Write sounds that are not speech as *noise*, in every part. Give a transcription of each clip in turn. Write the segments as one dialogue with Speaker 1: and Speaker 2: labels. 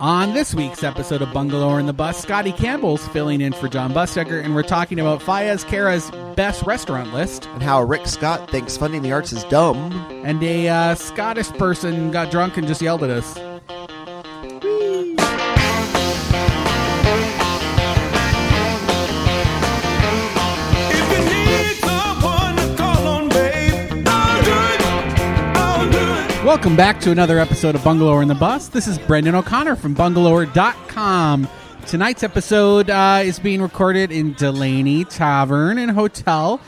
Speaker 1: On this week's episode of Bungalow in the Bus, Scotty Campbell's filling in for John Busdecker, and we're talking about Fayez Kara's best restaurant list.
Speaker 2: And how Rick Scott thinks funding the arts is dumb.
Speaker 1: And a uh, Scottish person got drunk and just yelled at us.
Speaker 3: If you need someone to call on, babe, I'll do it. I'll do it.
Speaker 1: Welcome back to another episode of Bungalower in the Bus. This is Brendan O'Connor from bungalower.com. Tonight's episode uh, is being recorded in Delaney Tavern and Hotel.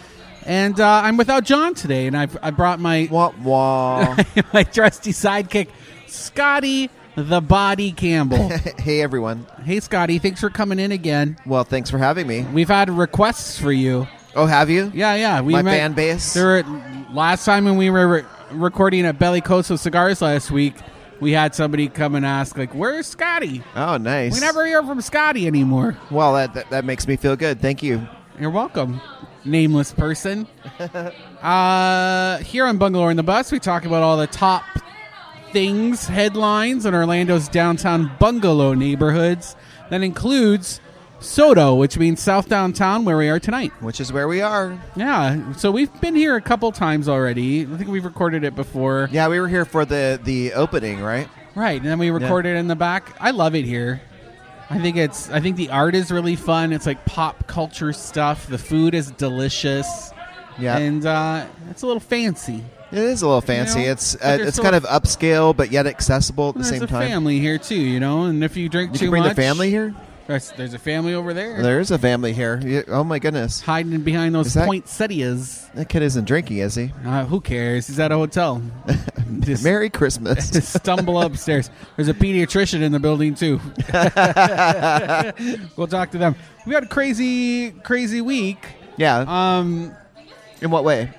Speaker 1: And uh, I'm without John today, and I've, I brought my, *laughs*
Speaker 2: Wah wah. *laughs*
Speaker 1: my trusty sidekick, Scotty the Body Campbell.
Speaker 2: hey everyone.
Speaker 1: hey, Scotty, thanks for coming in again.
Speaker 2: Well, thanks for having me.
Speaker 1: We've had requests for you.
Speaker 2: Oh, have you?
Speaker 1: Yeah, yeah. We
Speaker 2: My
Speaker 1: met-
Speaker 2: fan base.
Speaker 1: There were, last time when we were re- recording at Bellicoso Cigars last week, we had somebody come and ask, like, where's Scotty?
Speaker 2: Oh, nice.
Speaker 1: We never hear from Scotty anymore.
Speaker 2: Well, that, that that makes me feel good. Thank you.
Speaker 1: You're welcome, nameless person. uh, here on Bungalow in the Bus, we talk about all the top things, headlines in Orlando's downtown bungalow neighborhoods. That includes Soto, which means South Downtown, where we are tonight.
Speaker 2: Which is where we are.
Speaker 1: Yeah, so we've been here a couple times already. I think we've recorded it before.
Speaker 2: Yeah, we were here for the the opening, right?
Speaker 1: Right, and then we recorded in the back. I love it here. I think it's I think the art is really fun. It's like pop culture stuff. The food is delicious.
Speaker 2: Yeah.
Speaker 1: And uh, it's a little fancy.
Speaker 2: it is a little fancy.
Speaker 1: know,
Speaker 2: it's
Speaker 1: but
Speaker 2: uh,
Speaker 1: there's
Speaker 2: it's
Speaker 1: still-
Speaker 2: kind of upscale but yet accessible at the
Speaker 1: There's
Speaker 2: same
Speaker 1: a
Speaker 2: time.
Speaker 1: family here too, you know. And if you drink
Speaker 2: You
Speaker 1: too
Speaker 2: can bring
Speaker 1: much,
Speaker 2: the family here?
Speaker 1: There's, there's a family over there
Speaker 2: There is a family here. You- Oh my goodness.
Speaker 1: hiding behind those
Speaker 2: Is that-
Speaker 1: poinsettias.
Speaker 2: That kid isn't drinking, is he?
Speaker 1: Uh, who cares? He's at a hotel.
Speaker 2: *laughs*
Speaker 1: Just-
Speaker 2: Merry
Speaker 1: *laughs*
Speaker 2: Christmas.
Speaker 1: to stumble upstairs. There's a pediatrician in the building
Speaker 2: *laughs*
Speaker 1: too. we'll talk to them. We had a crazy, crazy week.
Speaker 2: yeah.
Speaker 1: Um,
Speaker 2: In what way?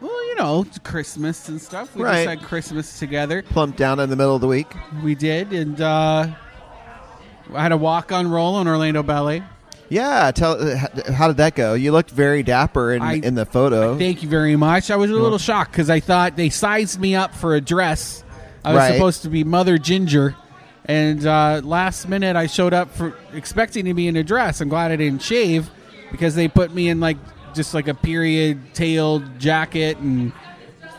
Speaker 1: well, you know, it's Christmas and stuff. We
Speaker 2: Right.
Speaker 1: just had Christmas together.
Speaker 2: Plumped down in the middle of the week.
Speaker 1: We did, and uh, I had a walk on roll on Orlando Ballet.
Speaker 2: Yeah, tell uh, h- how did that go? You looked very dapper in,
Speaker 1: I-
Speaker 2: in the photo.
Speaker 1: Thank you very much. I was a little shocked because I thought they sized me up for a dress. I was
Speaker 2: Right.
Speaker 1: supposed to be Mother Ginger, and uh, last minute I showed up for expecting to be in a dress. I'm glad I didn't shave because they put me in like just like a period tailed jacket and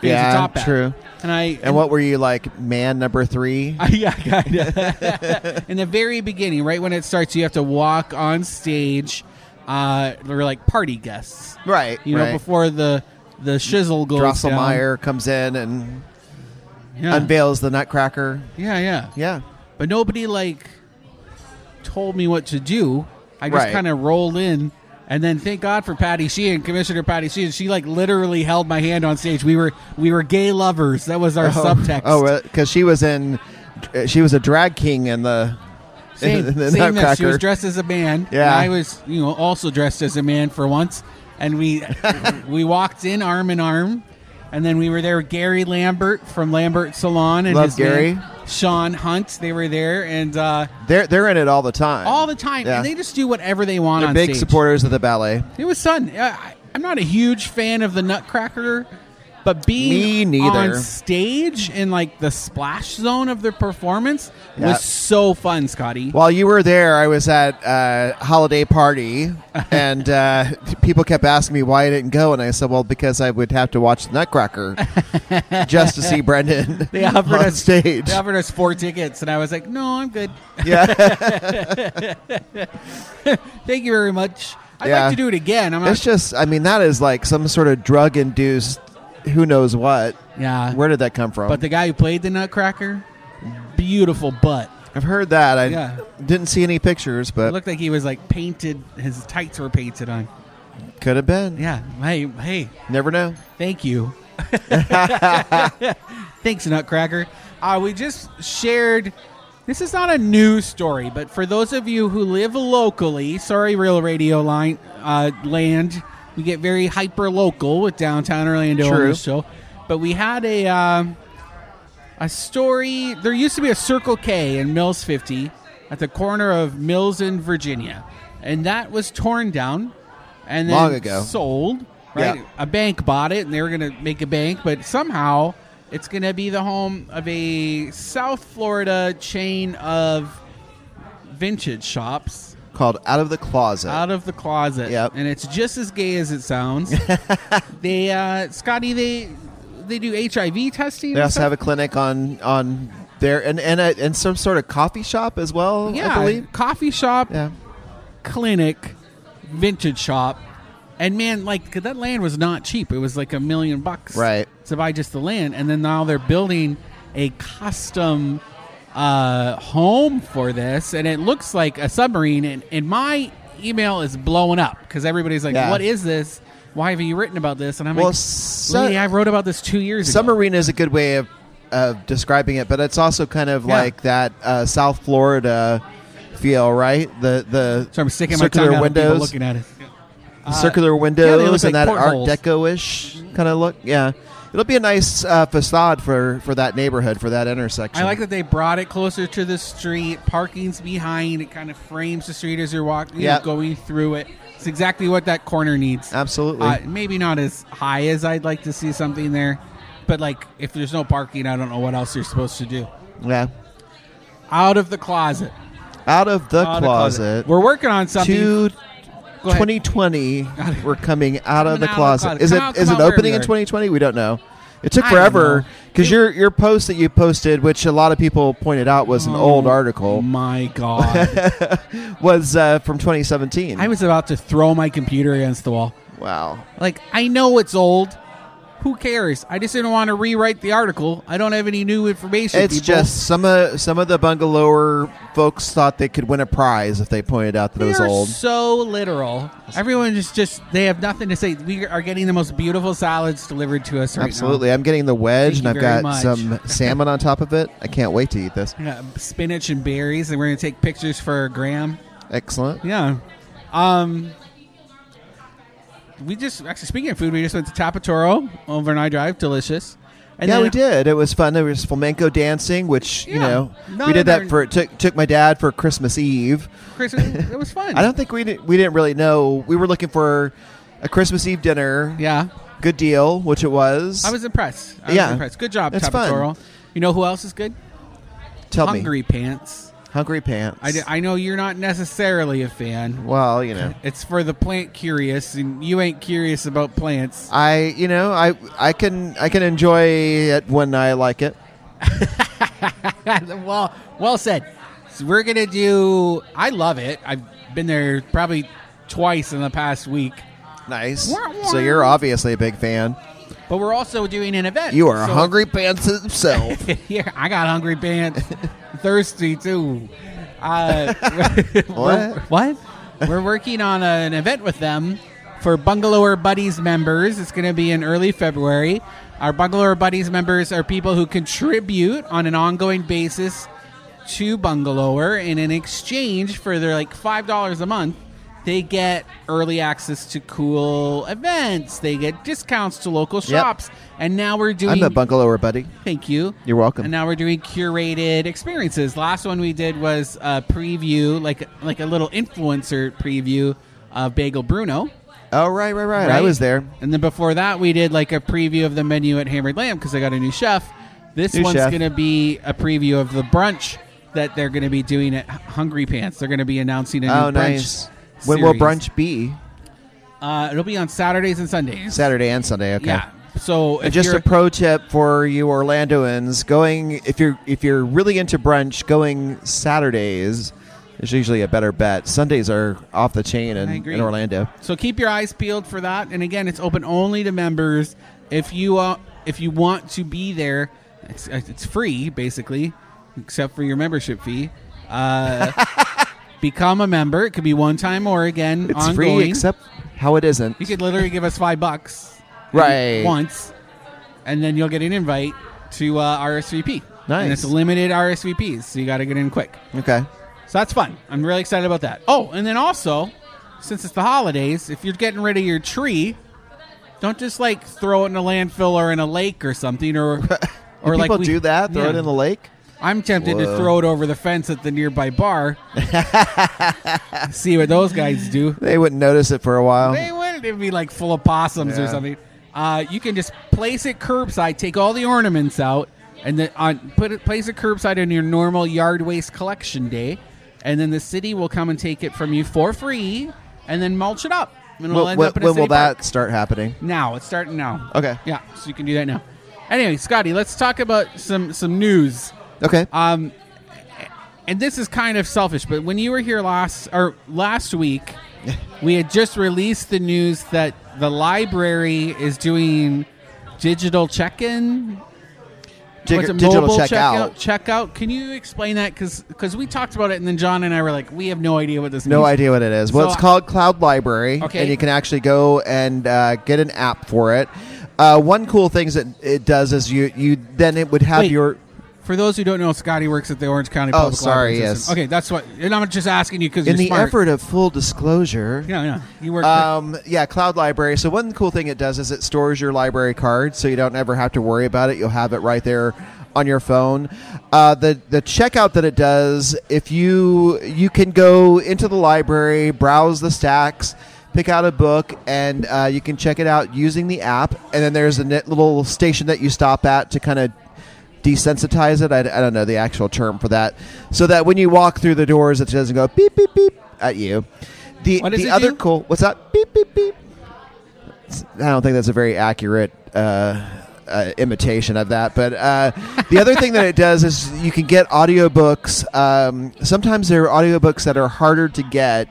Speaker 1: things to
Speaker 2: Yeah,
Speaker 1: top hat.
Speaker 2: true.
Speaker 1: And I
Speaker 2: and what were you like, man number three?
Speaker 1: *laughs* yeah, kind of. *laughs* In the very beginning, right when it starts, you have to walk on stage. Uh, we're like party guests,
Speaker 2: right,
Speaker 1: you know,
Speaker 2: right.
Speaker 1: before the the shizzle goes down.
Speaker 2: Drosselmeyer comes in and
Speaker 1: Yeah.
Speaker 2: unveils the Nutcracker.
Speaker 1: yeah, yeah,
Speaker 2: Yeah,
Speaker 1: But nobody like told me what to do. I just
Speaker 2: Right.
Speaker 1: kind of rolled in, and then thank God for Patty Sheehan, Commissioner Patty Sheehan. She like literally held my hand on stage. We were we were gay lovers. That was our subtext.
Speaker 2: Oh, because she was in, uh, she was a drag king in the, *laughs*
Speaker 1: same,
Speaker 2: in
Speaker 1: same that
Speaker 2: the
Speaker 1: she
Speaker 2: Nutcracker.
Speaker 1: was dressed as a man.
Speaker 2: Yeah.
Speaker 1: and I was you know also dressed as a man for once, and we
Speaker 2: *laughs*
Speaker 1: we walked in arm in arm. And then we were there. with Gary Lambert from Lambert Salon and
Speaker 2: Love
Speaker 1: his man,
Speaker 2: Gary.
Speaker 1: Sean Hunt. They were there, and uh,
Speaker 2: they're they're in it all the time.
Speaker 1: all the time,
Speaker 2: Yeah.
Speaker 1: and they just do whatever they want
Speaker 2: They're
Speaker 1: on
Speaker 2: big
Speaker 1: stage.
Speaker 2: supporters of the ballet.
Speaker 1: It was fun. I, I- I'm not a huge fan of the Nutcracker, but being
Speaker 2: Me neither.
Speaker 1: on stage in like the splash zone of the performance
Speaker 2: Yeah.
Speaker 1: was so fun, Scotty.
Speaker 2: While you were there, I was at a
Speaker 1: *laughs*
Speaker 2: holiday party, and uh, people kept asking me why I didn't go, and I said, "Well, because I would have to watch the
Speaker 1: *laughs*
Speaker 2: Nutcracker just to see Brendan
Speaker 1: They offered *laughs*
Speaker 2: on
Speaker 1: us
Speaker 2: stage."
Speaker 1: They offered us four tickets, and I was like, "No, I'm good.
Speaker 2: Yeah,
Speaker 1: Thank you very much. I'd
Speaker 2: Yeah.
Speaker 1: like to do it again." I'm not,
Speaker 2: *laughs* it's just, I mean, that is like some sort of drug-induced, who knows what.
Speaker 1: yeah,
Speaker 2: Where did that come from?
Speaker 1: but the guy who played the Nutcracker, beautiful butt.
Speaker 2: I've heard that. I
Speaker 1: Yeah.
Speaker 2: didn't see any pictures,
Speaker 1: It
Speaker 2: but
Speaker 1: looked like he was like painted. His tights were painted on.
Speaker 2: could have been.
Speaker 1: Yeah. Hey, hey.
Speaker 2: Never know.
Speaker 1: Thank you.
Speaker 2: *laughs*
Speaker 1: Thanks, Nutcracker. Uh, we just shared. This is not a news story, but for those of you who live locally, sorry, real radio line uh, land, we get very hyper local with downtown Orlando on
Speaker 2: True.
Speaker 1: this show. But we had a um, a story. There used to be a Circle K in Mills 50 at the corner of Mills and Virginia, and that was torn down and then
Speaker 2: Long ago.
Speaker 1: sold. Right,
Speaker 2: Yeah.
Speaker 1: a bank bought it, and they were going to make a bank, but somehow it's going to be the home of a South Florida chain of vintage shops
Speaker 2: called Out of the Closet.
Speaker 1: out of the closet.
Speaker 2: Yep.
Speaker 1: And it's just as gay as it
Speaker 2: *laughs*
Speaker 1: sounds. they uh Scotty they they do HIV testing.
Speaker 2: they
Speaker 1: and
Speaker 2: also
Speaker 1: stuff?
Speaker 2: have a clinic on on there and and, a, and some sort of coffee shop as well.
Speaker 1: yeah,
Speaker 2: I believe.
Speaker 1: coffee shop,
Speaker 2: Yeah.
Speaker 1: clinic, vintage shop. And man, like 'cause that land was not cheap. It was like a million bucks
Speaker 2: Right.
Speaker 1: to buy just the land and then now they're building a custom uh home for this and it looks like a submarine and, and my email is blowing up because everybody's like
Speaker 2: Yeah.
Speaker 1: what is this why have you written about this and i'm
Speaker 2: Well,
Speaker 1: like
Speaker 2: su-
Speaker 1: Lady, I wrote about this two years ago.
Speaker 2: submarine is a good way of of describing it, but it's also kind of
Speaker 1: Yeah.
Speaker 2: like that uh, South Florida feel, right? The the
Speaker 1: So I'm sticking my
Speaker 2: circular
Speaker 1: tongue out at people
Speaker 2: windows,
Speaker 1: looking at it.
Speaker 2: the circular windows,
Speaker 1: look like
Speaker 2: and that
Speaker 1: portholes.
Speaker 2: Art Deco-ish kind of look. Yeah, it'll be a nice uh, facade for for that neighborhood, for that intersection.
Speaker 1: I like that they brought it closer to the street. Parking's behind. It kind of frames the street as you're walking,
Speaker 2: Yeah.
Speaker 1: going through it. It's exactly what that corner needs.
Speaker 2: Absolutely.
Speaker 1: Uh, maybe not as high as I'd like to see something there, but like if there's no parking, I don't know what else you're supposed to do.
Speaker 2: yeah,
Speaker 1: Out of the closet.
Speaker 2: out of the
Speaker 1: Out of the
Speaker 2: closet.
Speaker 1: We're working on something.
Speaker 2: Two
Speaker 1: Go ahead.
Speaker 2: 2020, we're coming out of
Speaker 1: Coming
Speaker 2: the
Speaker 1: out of the
Speaker 2: closet.
Speaker 1: closet.
Speaker 2: Is
Speaker 1: Come
Speaker 2: it
Speaker 1: out,
Speaker 2: is
Speaker 1: come
Speaker 2: it
Speaker 1: out
Speaker 2: opening
Speaker 1: wherever
Speaker 2: in
Speaker 1: you
Speaker 2: 2020? We don't know. It took
Speaker 1: I don't
Speaker 2: forever
Speaker 1: know.
Speaker 2: because your your post that you posted, which a lot of people pointed out was an old
Speaker 1: Oh
Speaker 2: article,
Speaker 1: my
Speaker 2: *laughs*
Speaker 1: god!
Speaker 2: was uh, from 2017.
Speaker 1: I was about to throw my computer against the wall.
Speaker 2: wow.
Speaker 1: Like, I know it's old. Who cares? I just didn't want to rewrite the article. I don't have any new information.
Speaker 2: It's
Speaker 1: people.
Speaker 2: just some of some of the bungalower folks thought they could win a prize if they pointed out that
Speaker 1: they
Speaker 2: it was
Speaker 1: are
Speaker 2: old.
Speaker 1: so literal. Everyone is just they have nothing to say. We are getting the most beautiful salads delivered to us right now.
Speaker 2: Absolutely, I'm getting the wedge,
Speaker 1: Thank
Speaker 2: and I've
Speaker 1: you very
Speaker 2: got
Speaker 1: much. *laughs*
Speaker 2: some salmon on top of it. I can't wait to eat this.
Speaker 1: Yeah, spinach and berries, and we're gonna take pictures for Graham.
Speaker 2: Excellent.
Speaker 1: Yeah. Um. We just actually speaking of food, we just went to Tapatoro over on I Drive. Delicious. And
Speaker 2: yeah,
Speaker 1: then-
Speaker 2: we did. It was fun. There was flamenco dancing, which you
Speaker 1: Yeah.
Speaker 2: know
Speaker 1: Not
Speaker 2: we did
Speaker 1: in
Speaker 2: that
Speaker 1: our-
Speaker 2: for. It took took my dad for Christmas Eve.
Speaker 1: Chris, it was fun.
Speaker 2: *laughs* I don't think we did, we didn't really know. We were looking for a Christmas Eve dinner.
Speaker 1: Yeah.
Speaker 2: good deal, which it was.
Speaker 1: I was impressed. I
Speaker 2: Yeah.
Speaker 1: was impressed. Good job,
Speaker 2: It's fun.
Speaker 1: Tapatoro. You know who else is good?
Speaker 2: Tell
Speaker 1: Hungry Pants.
Speaker 2: me, hungry pants.
Speaker 1: I, d- I know you're not necessarily a fan.
Speaker 2: well, you know,
Speaker 1: It's for the plant curious, and you ain't curious about plants. *laughs*
Speaker 2: I you know I I can I can enjoy it when I like it.
Speaker 1: well, well said. So we're gonna do. I love it. I've been there probably twice in the past week,
Speaker 2: Nice.
Speaker 1: Wah, wah.
Speaker 2: So you're obviously a big fan.
Speaker 1: but we're also doing an event.
Speaker 2: You are
Speaker 1: So-
Speaker 2: hungry pants himself.
Speaker 1: *laughs* yeah, I got hungry pants, thirsty too. Uh, we're- what? We're working on an event with them for Bungalower Buddies members. It's going to be in early February. Our Bungalower Buddies members are people who contribute on an ongoing basis to Bungalower, and in exchange for their like five dollars a month, they get early access to cool events. They get discounts to local shops, and now we're doing.
Speaker 2: I'm a bungalower, buddy.
Speaker 1: Thank you.
Speaker 2: You're welcome.
Speaker 1: And now we're doing curated experiences. Last one we did was a preview, like like a little influencer preview of Bagel Bruno.
Speaker 2: Oh right, right, right. I
Speaker 1: right?
Speaker 2: was there.
Speaker 1: And then before that, we did like a preview of the menu at Hammered Lamb because I got a new chef. This
Speaker 2: New
Speaker 1: one's
Speaker 2: chef.
Speaker 1: going to be a preview of the brunch that they're going to be doing at Hungry Pants. They're going to be announcing a new
Speaker 2: Oh
Speaker 1: brunch.
Speaker 2: nice. When will
Speaker 1: series.
Speaker 2: brunch be?
Speaker 1: Uh, it'll be on Saturdays and Sundays.
Speaker 2: Saturday and Sunday. Okay.
Speaker 1: Yeah. So
Speaker 2: And
Speaker 1: if
Speaker 2: just
Speaker 1: you're,
Speaker 2: a pro tip for you Orlandoans: going if you're if you're really into brunch, going Saturdays is usually a better bet. Sundays are off the chain in,
Speaker 1: I agree.
Speaker 2: in Orlando.
Speaker 1: So keep your eyes peeled for that. And again, it's open only to members. If you uh, if you want to be there, it's uh, it's free basically, except for your membership fee.
Speaker 2: *laughs*
Speaker 1: Uh, become a member. It could be one time or again
Speaker 2: It's
Speaker 1: ongoing.
Speaker 2: free, except how it isn't.
Speaker 1: you could literally give us five bucks
Speaker 2: Right.
Speaker 1: once, and then you'll get an invite to uh, RSVP.
Speaker 2: Nice.
Speaker 1: And it's limited RSVPs, so you got to get in quick.
Speaker 2: Okay.
Speaker 1: So that's fun. I'm really excited about that. Oh, and then also, since it's the holidays, if you're getting rid of your tree, don't just like throw it in a landfill or in a lake or something,
Speaker 2: *laughs*
Speaker 1: or or
Speaker 2: Or
Speaker 1: like
Speaker 2: people
Speaker 1: we-
Speaker 2: do that, throw it
Speaker 1: Yeah.
Speaker 2: in the lake.
Speaker 1: I'm tempted to
Speaker 2: Whoa.
Speaker 1: throw it over the fence at the nearby
Speaker 2: *laughs*
Speaker 1: bar. See what those guys do.
Speaker 2: They wouldn't notice it for a while.
Speaker 1: They wouldn't it'd be like full of possums or
Speaker 2: Yeah.
Speaker 1: something. Uh, you can just place it curbside, take all the uh, ornaments out, and then on, put it place it curbside on your normal yard waste collection day. and then the city will come and take it from you for free, and then mulch it up. And it'll
Speaker 2: When,
Speaker 1: end
Speaker 2: when-
Speaker 1: up in a
Speaker 2: when
Speaker 1: city
Speaker 2: will
Speaker 1: park.
Speaker 2: that start happening?
Speaker 1: Now it's starting now.
Speaker 2: Okay.
Speaker 1: Yeah, so you can do that now. Anyway, Scotty, let's talk about some some news.
Speaker 2: Okay.
Speaker 1: Um, and this is kind of selfish, but when you were here last or last week, we had just released the news that the library is doing digital check-in,
Speaker 2: Dig-
Speaker 1: was it
Speaker 2: digital
Speaker 1: mobile
Speaker 2: checkout.
Speaker 1: Checkout. Can you explain that? Because we talked about it, and then John and I were like, we have no idea what this.
Speaker 2: No
Speaker 1: means.
Speaker 2: idea what it is. Well,
Speaker 1: So
Speaker 2: it's
Speaker 1: I-
Speaker 2: called Cloud Library,
Speaker 1: Okay.
Speaker 2: and you can actually go and uh, get an app for it. Uh, one cool thing that it does is you you then it would have
Speaker 1: Wait.
Speaker 2: your
Speaker 1: For those who don't know, Scotty works at the Orange County
Speaker 2: Oh,
Speaker 1: Public Library
Speaker 2: sorry, yes.
Speaker 1: System. Okay, that's what. And I'm just asking you because
Speaker 2: in
Speaker 1: you're
Speaker 2: the
Speaker 1: smart.
Speaker 2: effort of full disclosure.
Speaker 1: Yeah, yeah. You work.
Speaker 2: Um, yeah, Cloud Library. So one cool thing it does is it stores your library card, so you don't ever have to worry about it. You'll have it right there on your phone. Uh, the the checkout that it does, if you you can go into the library, browse the stacks, pick out a book, and uh, you can check it out using the app. And then there's a net little station that you stop at to kind of desensitize it. I, I don't know the actual term for that. So that when you walk through the doors, it doesn't go beep beep beep at you. The
Speaker 1: What does
Speaker 2: the
Speaker 1: it
Speaker 2: other
Speaker 1: do?
Speaker 2: cool what's that beep beep beep. It's- I don't think that's a very accurate. Uh, uh, imitation of that, but uh, the other thing that it does is you can get audiobooks. Um, sometimes there are audiobooks that are harder to get,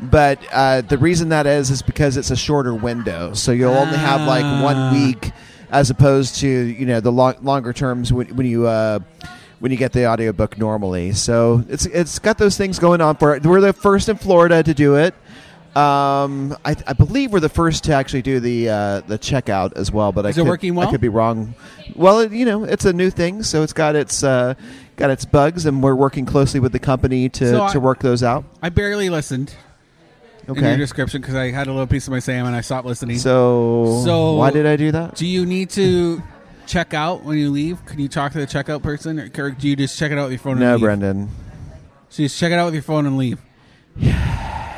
Speaker 2: but uh, the reason that is is because it's a shorter window, so you'll only have like one
Speaker 1: Ah.
Speaker 2: week week as opposed to you know the long, longer terms when, when you uh, when you get the audiobook normally so it's it's got those things going on for it we're the first in florida to do it um, I, I believe we're the first to actually do the uh, the checkout as well, but
Speaker 1: Is
Speaker 2: I
Speaker 1: it
Speaker 2: could,
Speaker 1: working well?
Speaker 2: I could be wrong. Well, it, you know, it's a new thing, so it's got its uh, got its bugs, and we're working closely with the company to,
Speaker 1: So I-
Speaker 2: to work those out.
Speaker 1: I barely listened in your
Speaker 2: Okay,
Speaker 1: description because I had a little piece of my Sam and I stopped listening.
Speaker 2: so
Speaker 1: So-
Speaker 2: why did I do that?
Speaker 1: do you need to check out when you leave? Can you talk to the checkout person, or, or do you just check it out with your phone? and
Speaker 2: no,
Speaker 1: leave?
Speaker 2: Brendan.
Speaker 1: So you just check it out with your phone and leave.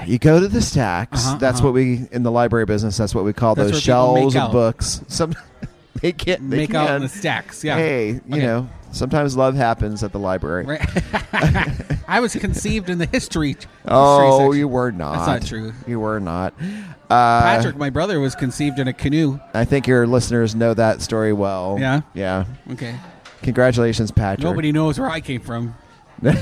Speaker 2: You go to the stacks.
Speaker 1: Uh-huh,
Speaker 2: that's
Speaker 1: uh-huh.
Speaker 2: what we in the library business. That's what we call
Speaker 1: That's
Speaker 2: those
Speaker 1: where people make
Speaker 2: shelves of
Speaker 1: out.
Speaker 2: books. *laughs* Some they can't they
Speaker 1: Make
Speaker 2: can.
Speaker 1: out in the stacks. Yeah.
Speaker 2: Hey, you
Speaker 1: Okay.
Speaker 2: know, sometimes love happens at the library.
Speaker 1: Right. *laughs* I was conceived in the history. history
Speaker 2: Oh,
Speaker 1: section.
Speaker 2: you were not.
Speaker 1: That's not true.
Speaker 2: You were not. Uh,
Speaker 1: Patrick, my brother, was conceived in a canoe.
Speaker 2: I think your listeners know that story well.
Speaker 1: Yeah?
Speaker 2: yeah.
Speaker 1: Okay.
Speaker 2: Congratulations, Patrick.
Speaker 1: Nobody knows where I came
Speaker 2: *laughs*
Speaker 1: from. they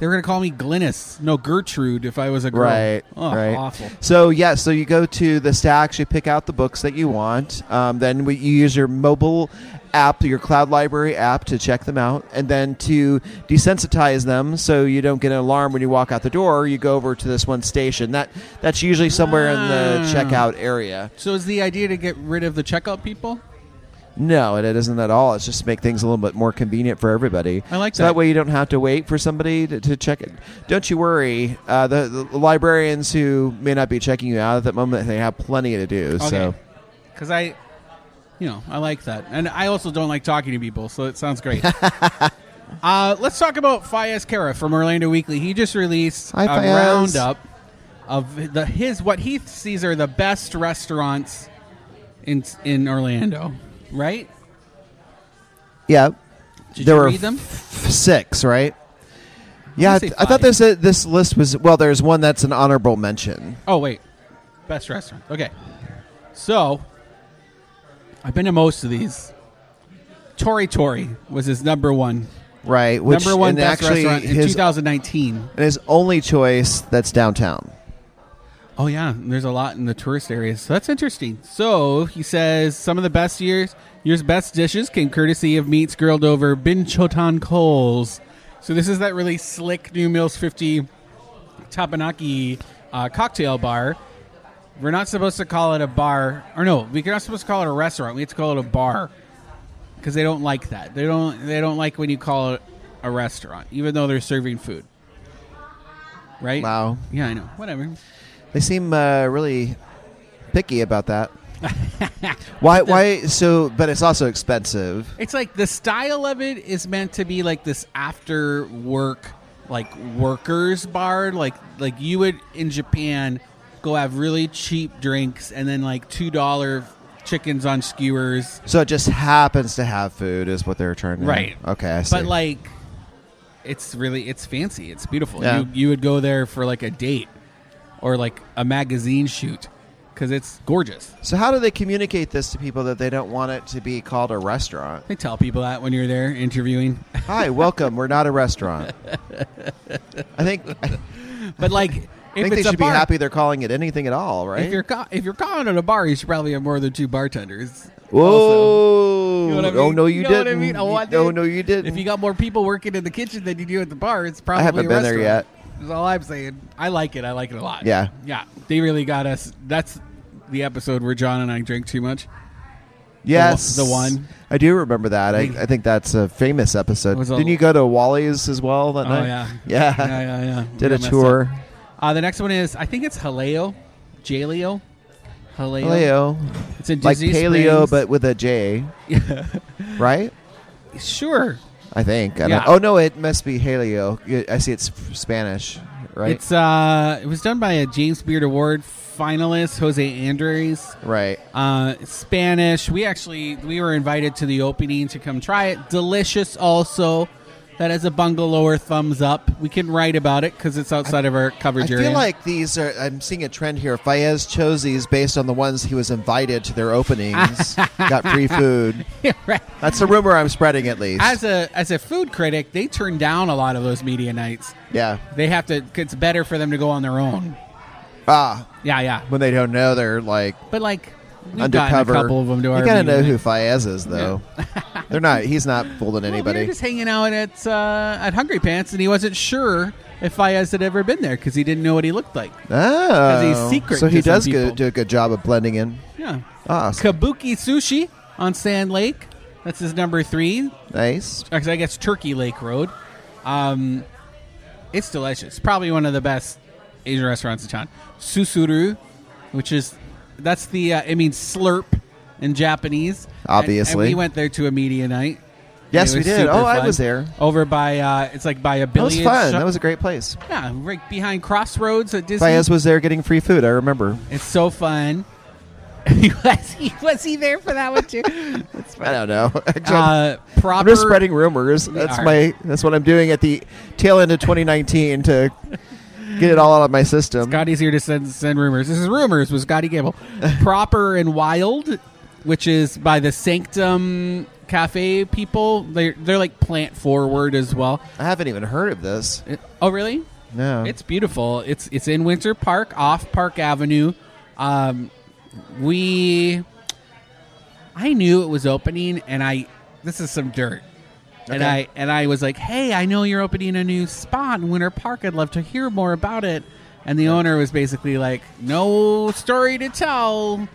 Speaker 1: were going to call me Glynis. No, Gertrude if I was a girl.
Speaker 2: Right,
Speaker 1: Oh,
Speaker 2: right.
Speaker 1: awful.
Speaker 2: So yeah, so you go to the stacks, you pick out the books that you want. Um, then we, you use your mobile app, your cloud library app, to check them out, and then to desensitize them so you don't get an alarm when you walk out the door. You go over to this one station that that's usually somewhere in the
Speaker 1: Ah.
Speaker 2: checkout area.
Speaker 1: So is the idea to get rid of the checkout people?
Speaker 2: No, it isn't at all. It's just to make things a little bit more convenient for everybody.
Speaker 1: I like
Speaker 2: so
Speaker 1: that.
Speaker 2: that way you don't have to wait for somebody to, to check it. Don't you worry. Uh, the, the librarians who may not be checking you out at that moment, they have plenty to do. So
Speaker 1: Because I, you know, I like that, and I also don't like talking to people, so it sounds
Speaker 2: *laughs*
Speaker 1: great. uh, let's talk about Fayez Kara from Orlando Weekly. He just released
Speaker 2: Hi,
Speaker 1: a
Speaker 2: Fayez.
Speaker 1: roundup of the his what he sees are the best restaurants in in Orlando. Right?
Speaker 2: yeah,
Speaker 1: Did
Speaker 2: There
Speaker 1: you
Speaker 2: were
Speaker 1: read them?
Speaker 2: f- six, right? Yeah, I,
Speaker 1: say
Speaker 2: I thought
Speaker 1: five.
Speaker 2: this uh, this list was well. There's one that's an honorable mention.
Speaker 1: Oh wait, best restaurant. Okay, so I've been to most of these. Tori Tori was his number one,
Speaker 2: Right, which
Speaker 1: number one
Speaker 2: and
Speaker 1: best
Speaker 2: actually
Speaker 1: restaurant in
Speaker 2: his
Speaker 1: 2019.
Speaker 2: and his only choice that's downtown.
Speaker 1: Oh yeah, and there's a lot in the tourist areas, so that's interesting. So he says some of the best years, year's best dishes came courtesy of meats grilled over binchotan coals. So this is that really slick New Mills 50 Tapanaki uh, cocktail bar. We're not supposed to call it a bar, or no, we're not supposed to call it a restaurant. We have to call it a bar because they don't like that. They don't. They don't like when you call it a restaurant, even though they're serving food. Right?
Speaker 2: Wow.
Speaker 1: Yeah, I know. Whatever.
Speaker 2: They seem uh, really picky about that. why? Why? So, but it's also expensive.
Speaker 1: It's like the style of it is meant to be like this after work, like workers bar. Like like you would in Japan go have really cheap drinks and then like two dollar chickens on skewers.
Speaker 2: So it just happens to have food, is what they're trying to.
Speaker 1: Right.
Speaker 2: Okay. I see.
Speaker 1: But like It's really it's fancy. It's beautiful.
Speaker 2: Yeah.
Speaker 1: You you would go there for like a date or like a magazine shoot because it's gorgeous.
Speaker 2: So how do they communicate this to people that they don't want it to be called a restaurant?
Speaker 1: They tell people that when you're there interviewing, *laughs*
Speaker 2: Hi, welcome. We're not a restaurant. I think I
Speaker 1: but like if
Speaker 2: think
Speaker 1: it's
Speaker 2: they
Speaker 1: a
Speaker 2: should
Speaker 1: bar,
Speaker 2: be happy they're calling it anything at all,
Speaker 1: If you're
Speaker 2: right?
Speaker 1: ca- if you're calling it a bar, you should probably have more than two bartenders. Also.
Speaker 2: Whoa!
Speaker 1: You know what I mean?
Speaker 2: Oh no, you,
Speaker 1: know
Speaker 2: didn't.
Speaker 1: What I mean? I want
Speaker 2: no,
Speaker 1: it.
Speaker 2: no, you didn't.
Speaker 1: If you got more people working in the kitchen than you do at the bar, it's probably
Speaker 2: haven't
Speaker 1: a
Speaker 2: been there
Speaker 1: restaurant. That's all I'm saying. I like it. I like it a lot.
Speaker 2: Yeah.
Speaker 1: yeah. They really got us. That's the episode where John and I drank too much.
Speaker 2: yes,
Speaker 1: the one.
Speaker 2: I do remember that. I, I think that's a famous episode.
Speaker 1: It was a-
Speaker 2: Didn't you go to Wally's as well that
Speaker 1: Oh
Speaker 2: night?
Speaker 1: yeah,
Speaker 2: yeah,
Speaker 1: yeah, yeah. yeah.
Speaker 2: Did
Speaker 1: We got
Speaker 2: a
Speaker 1: messed
Speaker 2: tour.
Speaker 1: up. Uh, the next one is I think it's Haleo, Jaleo, Haleo.
Speaker 2: Paleo,
Speaker 1: It's in
Speaker 2: like
Speaker 1: Disney
Speaker 2: paleo,
Speaker 1: Springs.
Speaker 2: but with a J, right?
Speaker 1: *laughs* sure.
Speaker 2: I think. I
Speaker 1: Yeah.
Speaker 2: don't, oh no, it must be paleo. I see it's Spanish, right?
Speaker 1: It's uh, it was done by a James Beard Award finalist, Jose Andres.
Speaker 2: right.
Speaker 1: uh, Spanish. We actually we were invited to the opening to come try it. Delicious, also. That is a bungalower thumbs up. We can write about it because it's outside of our coverage
Speaker 2: I feel
Speaker 1: area.
Speaker 2: like these are. I'm seeing a trend here. Fayez chose these based on the ones he was invited to
Speaker 1: *laughs*
Speaker 2: their openings, got free food.
Speaker 1: *laughs* Right.
Speaker 2: That's the rumor I'm spreading, at least.
Speaker 1: As a as a food critic, they turn down a lot of those media nights.
Speaker 2: yeah.
Speaker 1: They have to. It's better for them to go on their own.
Speaker 2: Ah,
Speaker 1: Yeah, yeah.
Speaker 2: when they don't know, they're like
Speaker 1: But like we've
Speaker 2: undercover.
Speaker 1: gotten a couple of them to
Speaker 2: you
Speaker 1: our.
Speaker 2: gotta
Speaker 1: media
Speaker 2: know
Speaker 1: night.
Speaker 2: who Fayez is, though. they're not. He's not fooling
Speaker 1: Well,
Speaker 2: anybody.
Speaker 1: we were just hanging out at uh, at Hungry Pants, and he wasn't sure if Fayez had ever been there because he didn't know what he looked like.
Speaker 2: oh,
Speaker 1: he's secret
Speaker 2: so
Speaker 1: to
Speaker 2: he
Speaker 1: some
Speaker 2: does go,
Speaker 1: people.
Speaker 2: do a good job of blending in.
Speaker 1: Yeah.
Speaker 2: Ah, so
Speaker 1: Kabuki Sushi on Sand Lake. That's his number three.
Speaker 2: nice.
Speaker 1: Actually, I guess Turkey Lake Road. Um, it's delicious. Probably one of the best Asian restaurants in town. Susuru, which is that's the uh, it means slurp in Japanese. And-
Speaker 2: Obviously.
Speaker 1: and we went there to a media night.
Speaker 2: Yes,
Speaker 1: It
Speaker 2: we
Speaker 1: was
Speaker 2: did.
Speaker 1: super
Speaker 2: Oh, I
Speaker 1: fun.
Speaker 2: was there.
Speaker 1: Over by uh, it's like by a
Speaker 2: That was
Speaker 1: billiard.
Speaker 2: fun.
Speaker 1: shop-
Speaker 2: That was a great place.
Speaker 1: yeah, right behind Crossroads at Disney.
Speaker 2: Fayez was there getting free food. I remember.
Speaker 1: it's so fun. *laughs* was he was he there for that one too?
Speaker 2: I don't know. *laughs* Actually,
Speaker 1: uh, proper.
Speaker 2: I'm just spreading rumors. That's
Speaker 1: are.
Speaker 2: my. That's what I'm doing at the tail end of 2019 to get it all out of my system.
Speaker 1: Scotty's here to send send rumors. This is rumors with Scotty Gable. Proper and Wild, which is by the Sanctum Cafe people. They're they're like plant forward as well.
Speaker 2: I haven't even heard of this.
Speaker 1: It- oh really?
Speaker 2: No.
Speaker 1: It's beautiful. It's it's in Winter Park off Park Avenue. Um, we I knew it was opening and I this is some dirt. And
Speaker 2: Okay.
Speaker 1: I and I was like, "Hey, I know you're opening a new spot in Winter Park. I'd love to hear more about it." And the owner was basically like, "No story to tell.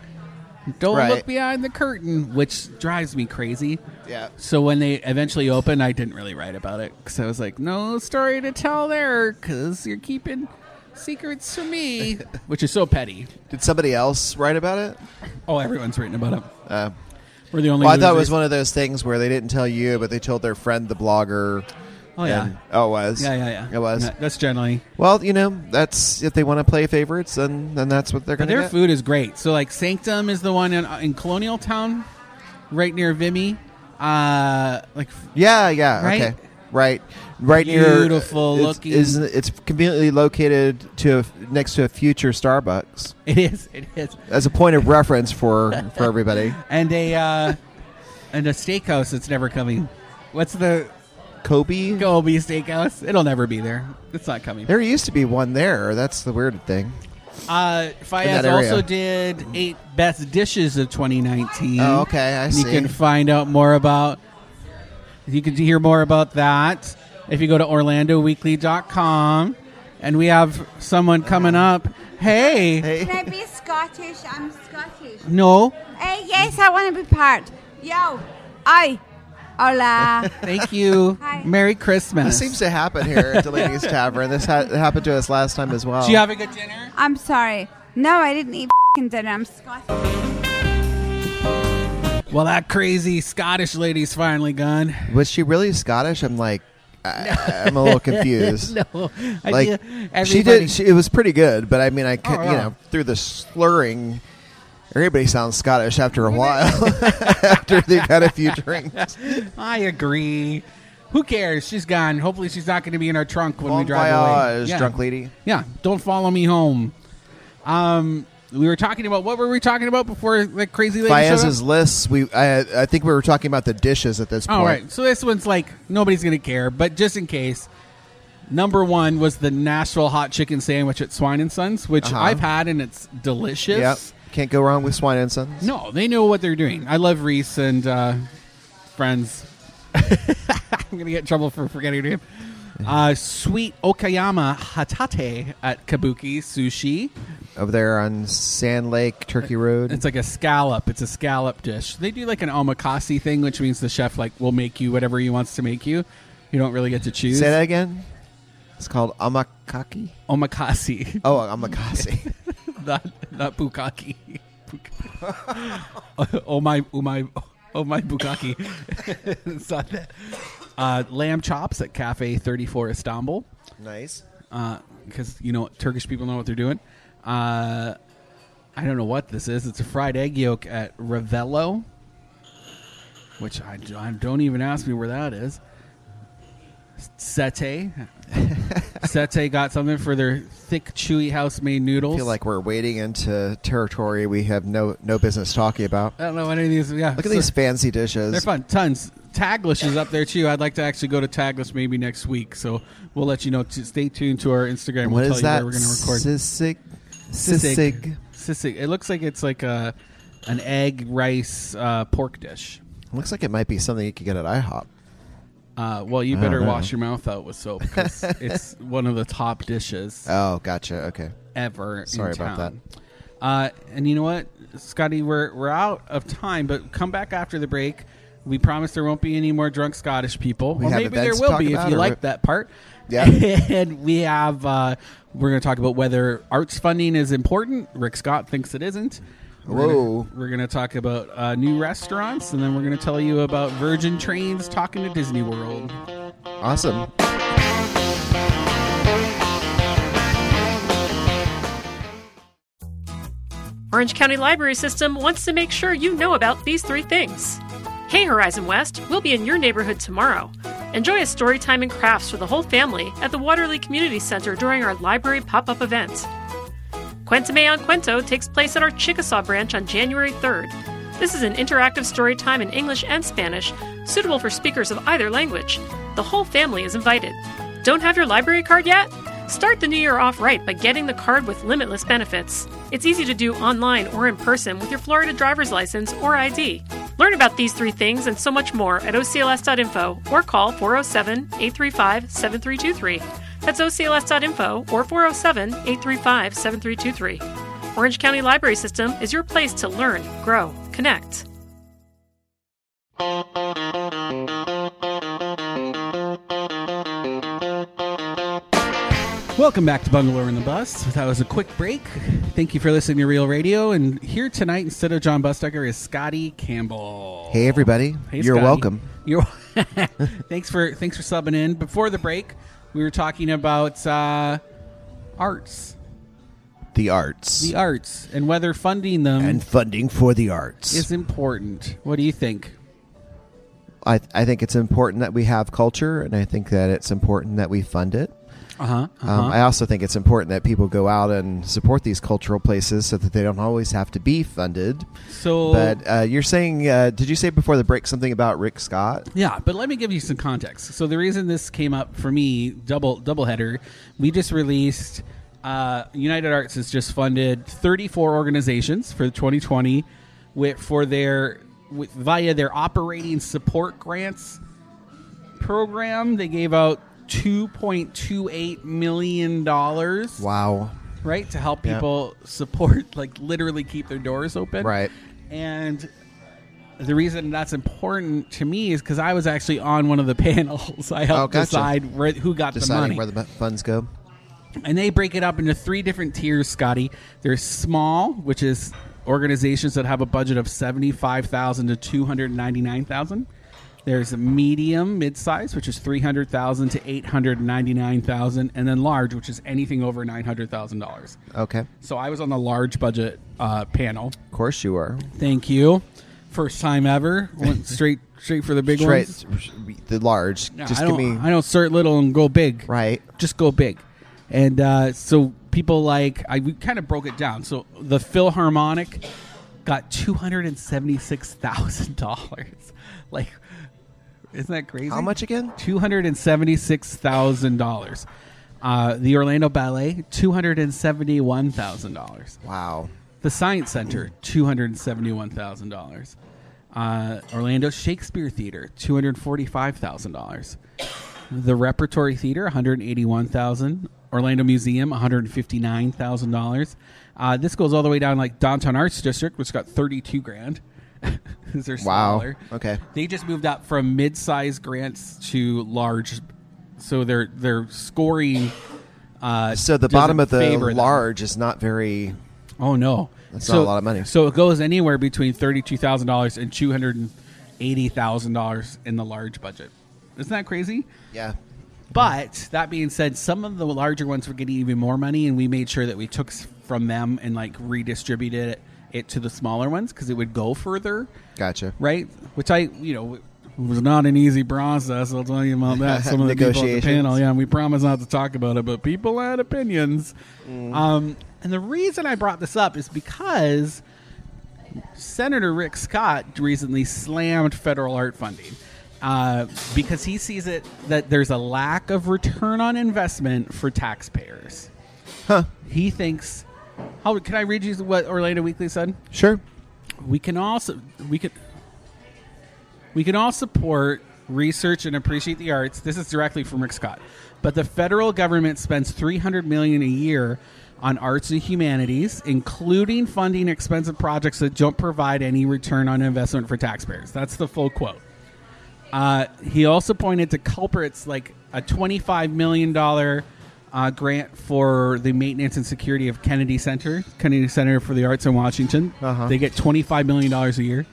Speaker 1: Don't
Speaker 2: Right.
Speaker 1: look behind the curtain," which drives me crazy.
Speaker 2: yeah.
Speaker 1: So when they eventually opened, I didn't really write about it because I was like, no story to tell there because you're keeping secrets from
Speaker 2: *laughs*
Speaker 1: me, which is so petty.
Speaker 2: Did somebody else write about it?
Speaker 1: Oh, everyone's written about it.
Speaker 2: Uh,
Speaker 1: We're the only.
Speaker 2: well, I thought it was
Speaker 1: losers.
Speaker 2: one of those things where they didn't tell you, but they told their friend, the blogger.
Speaker 1: Oh yeah.
Speaker 2: and- oh, it was.
Speaker 1: yeah, yeah, yeah.
Speaker 2: It was.
Speaker 1: Yeah, that's generally.
Speaker 2: Well, you know, that's if they want to play favorites, then then that's what they're
Speaker 1: But
Speaker 2: going to
Speaker 1: their
Speaker 2: get.
Speaker 1: food is great. So like Sanctum is the one in, in Colonial Town, right near Vimy. Uh, like *laughs*
Speaker 2: Yeah, yeah.
Speaker 1: Right?
Speaker 2: Okay. Right. Right near
Speaker 1: Beautiful
Speaker 2: it's,
Speaker 1: looking.
Speaker 2: Is, it's conveniently located to next to a future Starbucks
Speaker 1: it is, it is.
Speaker 2: as a point of reference for
Speaker 1: *laughs*
Speaker 2: for everybody.
Speaker 1: And a uh, and a steakhouse that's never coming. What's the
Speaker 2: Kobe.
Speaker 1: Kobe Steakhouse. It'll never be there. It's not coming.
Speaker 2: There used to be one there. That's the weird thing.
Speaker 1: Uh,
Speaker 2: that
Speaker 1: Fayez
Speaker 2: area.
Speaker 1: also did eight best dishes of 2019.
Speaker 2: Oh, okay, I
Speaker 1: And
Speaker 2: see.
Speaker 1: You
Speaker 2: *laughs*
Speaker 1: can find out more about. You can hear more about that if you go to OrlandoWeekly.com. And we have someone coming up. Hey,
Speaker 2: Hey.
Speaker 4: Can I be Scottish? I'm Scottish.
Speaker 2: *laughs*
Speaker 1: no,
Speaker 4: Eh, yes, I want to be part. Yo, I, hola.
Speaker 1: thank you.
Speaker 4: Hi.
Speaker 1: Merry Christmas.
Speaker 2: This seems to happen here
Speaker 1: *laughs*
Speaker 2: at Delaney's Tavern. This ha- happened to us last time as well.
Speaker 1: Did you have a good dinner?
Speaker 4: I'm sorry. No, I didn't eat fing dinner. I'm Scottish.
Speaker 1: Well, that crazy Scottish lady's finally gone. *laughs*
Speaker 2: Was she really Scottish? I'm like, I, I'm
Speaker 1: *laughs*
Speaker 2: a little confused.
Speaker 1: no, I
Speaker 2: Like
Speaker 1: did-
Speaker 2: she
Speaker 1: everybody-
Speaker 2: did, she, it was pretty good, but I mean, I could,
Speaker 1: Oh,
Speaker 2: you
Speaker 1: yeah.
Speaker 2: know, through the slurring, everybody sounds Scottish
Speaker 1: *laughs*
Speaker 2: *laughs* after a while. after they've had a few drinks,
Speaker 1: I agree. Who cares? She's gone. Hopefully, she's not going to be in our trunk when we
Speaker 2: Bon
Speaker 1: drive away.
Speaker 2: voyage, drunk lady.
Speaker 1: Yeah, don't follow me home. Um, we were talking about what were we talking about before the crazy lady showed up?
Speaker 2: Fiaz's lists. We I, I think we were talking about the dishes at this point.
Speaker 1: All right, so this one's like nobody's gonna care, but just in case, number one was the Nashville hot chicken sandwich at Swine and Sons, which
Speaker 2: Uh-huh.
Speaker 1: I've had and it's delicious.
Speaker 2: Yep. Can't go wrong with swine and sons.
Speaker 1: No, they know what they're doing. I love Reese and uh, friends. *laughs* I'm gonna get in trouble for forgetting her name. Uh, sweet Okayama Hatate at Kabuki Sushi.
Speaker 2: Over there on Sand Lake Turkey Road.
Speaker 1: It's like a scallop. It's a scallop dish. They do like an omakase thing, which means the chef like will make you whatever he wants to make you. You don't really get to choose.
Speaker 2: Say that again. It's called amakaki.
Speaker 1: omakase, *laughs*
Speaker 2: Oh, amakasi.
Speaker 1: not not bukaki. Buk- oh my, oh my, oh my bukaki. *laughs* it's not that. Uh, lamb chops at Cafe Thirty Four Istanbul,
Speaker 2: nice.
Speaker 1: because you know Turkish people know what they're doing. Uh, I don't know what this is. It's a fried egg yolk at Ravello, which I, I don't even ask me where that is. Sete. *laughs* Sete got something for their thick, chewy house made noodles.
Speaker 2: I feel like we're wading into territory we have no no business talking about.
Speaker 1: I don't know what any of these. Yeah,
Speaker 2: Look
Speaker 1: so-
Speaker 2: at these fancy
Speaker 1: They're
Speaker 2: dishes.
Speaker 1: fun. Tons. Taglish is up there too. I'd like to actually go to Taglish maybe next week. So we'll let you know. To stay tuned to our Instagram.
Speaker 2: What
Speaker 1: we'll tell
Speaker 2: is
Speaker 1: you
Speaker 2: that?
Speaker 1: where we're going to record.
Speaker 2: Sisig. Sisig.
Speaker 1: Sisig. It looks like it's like a an egg rice uh, pork dish.
Speaker 2: Looks like it might be something you could get at IHOP.
Speaker 1: Uh, well, you better
Speaker 2: know.
Speaker 1: wash your mouth out with soap
Speaker 2: *laughs*
Speaker 1: 'cause it's one of the top dishes
Speaker 2: Oh, gotcha. Okay.
Speaker 1: ever.
Speaker 2: Sorry
Speaker 1: in
Speaker 2: about
Speaker 1: town. Uh, and you know what, Scotty, we're we're out of time, but come back after the break. We promise there won't be any more drunk Scottish people, or
Speaker 2: have
Speaker 1: maybe there
Speaker 2: events to
Speaker 1: will
Speaker 2: talk
Speaker 1: be if
Speaker 2: about,
Speaker 1: you
Speaker 2: or-
Speaker 1: like that part.
Speaker 2: Yeah.
Speaker 1: *laughs* and we have uh, we're going to talk about whether arts funding is important. Rick Scott thinks it isn't. We're gonna-
Speaker 2: Whoa.
Speaker 1: we're going to talk about uh, new restaurants, and then we're going to tell you about Virgin Trains talking to Disney World.
Speaker 2: Awesome.
Speaker 5: Orange County Library System wants to make sure you know about these three things. Hey Horizon West, we'll be in your neighborhood tomorrow. Enjoy a story time and crafts for the whole family at the Waterloo Community Center during our library pop up event. Quentame on Quento takes place at our Chickasaw branch on January 3rd. This is an interactive story time in English and Spanish, suitable for speakers of either language. The whole family is invited. Don't have your library card yet? Start the new year off right by getting the card with limitless benefits. It's easy to do online or in person with your Florida driver's license or ID. Learn about these three things and so much more at ocls.info or call 407 835 7323. That's ocls.info or 407 835 7323. Orange County Library System is your place to learn, grow, connect.
Speaker 1: Welcome back to Bungalow in the Bus. That was a quick break. Thank you for listening to Real Radio. And here tonight, instead of John Bustecker, is Scotty Campbell.
Speaker 2: Hey, everybody.
Speaker 1: Hey,
Speaker 2: You're
Speaker 1: Scotty.
Speaker 2: welcome.
Speaker 1: You're *laughs* thanks for thanks for subbing in. Before the break, we were talking about uh, arts,
Speaker 2: The arts.
Speaker 1: the arts, and whether funding them
Speaker 2: and funding for the arts.
Speaker 1: is important. What do you think?
Speaker 2: I, I think it's important that we have culture, and I think that it's important that we fund it.
Speaker 1: Uh huh.
Speaker 2: Um, I also think it's important that people go out and support these cultural places so that they don't always have to be funded.
Speaker 1: so,
Speaker 2: But uh, you're saying, uh, did you say before the break something about Rick Scott?
Speaker 1: Yeah, but let me give you some context. So the reason this came up for me, double double header, we just released. Uh, United Arts has just funded 34 organizations for 2020 with for their with via their operating support grants program. They gave out 2.28 million dollars,
Speaker 2: Wow.
Speaker 1: right, to help
Speaker 2: Yeah.
Speaker 1: people support, *laughs* like literally keep their doors open,
Speaker 2: Right.
Speaker 1: and the reason that's important to me is because I was actually on one of the *laughs* panels. I helped
Speaker 2: Oh, gotcha.
Speaker 1: decide where, who got
Speaker 2: Deciding
Speaker 1: the money.
Speaker 2: where the funds go.
Speaker 1: and they break it up into three different tiers, Scotty. There's small, which is organizations that have a budget of 75,000 to 299,000. There's medium, mid-size, which is 300,000 to 899,000, and then large, which is anything over $900,000.
Speaker 2: Okay.
Speaker 1: So I was on the large budget uh, panel.
Speaker 2: Of course you are.
Speaker 1: Thank you. First time ever.
Speaker 2: *laughs*
Speaker 1: Went straight straight for the big
Speaker 2: Straight,
Speaker 1: ones.
Speaker 2: the large.
Speaker 1: No,
Speaker 2: Just
Speaker 1: I
Speaker 2: give
Speaker 1: don't,
Speaker 2: me
Speaker 1: I don't start little and go big.
Speaker 2: right.
Speaker 1: Just go big. And uh, so people like I we kind of broke it down. So the Philharmonic got two hundred and seventy six thousand dollars. *laughs* Like isn't that crazy?
Speaker 2: How much again?
Speaker 1: Two hundred and seventy-six thousand dollars. Uh, the Orlando Ballet, two hundred and seventy-one thousand dollars.
Speaker 2: Wow.
Speaker 1: The Science Center, two hundred and seventy-one thousand dollars. Uh, Orlando Shakespeare Theater, two hundred forty-five thousand dollars. The Repertory Theater, one hundred eighty-one thousand. Orlando Museum, one hundred fifty-nine thousand uh, dollars. This goes all the way down like Downtown Arts District, which got thirty-two grand. *laughs* 'Cause they're
Speaker 2: Wow.
Speaker 1: smaller.
Speaker 2: Okay.
Speaker 1: They just moved up from mid-sized grants to large, so they're they're scoring. Uh,
Speaker 2: So the
Speaker 1: doesn't
Speaker 2: bottom of the
Speaker 1: favor them.
Speaker 2: large is not very.
Speaker 1: Oh no,
Speaker 2: That's not a lot of money.
Speaker 1: So it goes anywhere between thirty-two thousand dollars and two hundred and eighty thousand dollars in the large budget. Isn't that crazy?
Speaker 2: Yeah.
Speaker 1: But that being said, some of the larger ones were getting even more money, and we made sure that we took s- from them and like redistributed it, it to the smaller ones because it would go further,
Speaker 2: Gotcha.
Speaker 1: right? Which I, you know, w- was not an easy process. I'll tell you about that. Some of the people at the
Speaker 2: Negotiations.
Speaker 1: panel, yeah, and we promised not to talk about it, but people had opinions. Um, and the reason I brought this up is because Senator Rick Scott recently slammed federal art funding uh, because he sees it that there's a lack of return on investment for taxpayers. Huh? He thinks. How can I read you what Orlando Weekly said?
Speaker 2: Sure.
Speaker 1: We can also we can we can all support research and appreciate the arts. This is directly from Rick Scott. But the federal government spends 300 million a year on arts and humanities, including funding expensive projects that don't provide any return on investment for taxpayers. That's the full quote. Uh, he also pointed to culprits like a $25 million uh, grant for the maintenance and security of Kennedy Center, Kennedy Center for the Arts in Washington.
Speaker 2: Uh-huh.
Speaker 1: They get $25 million a year.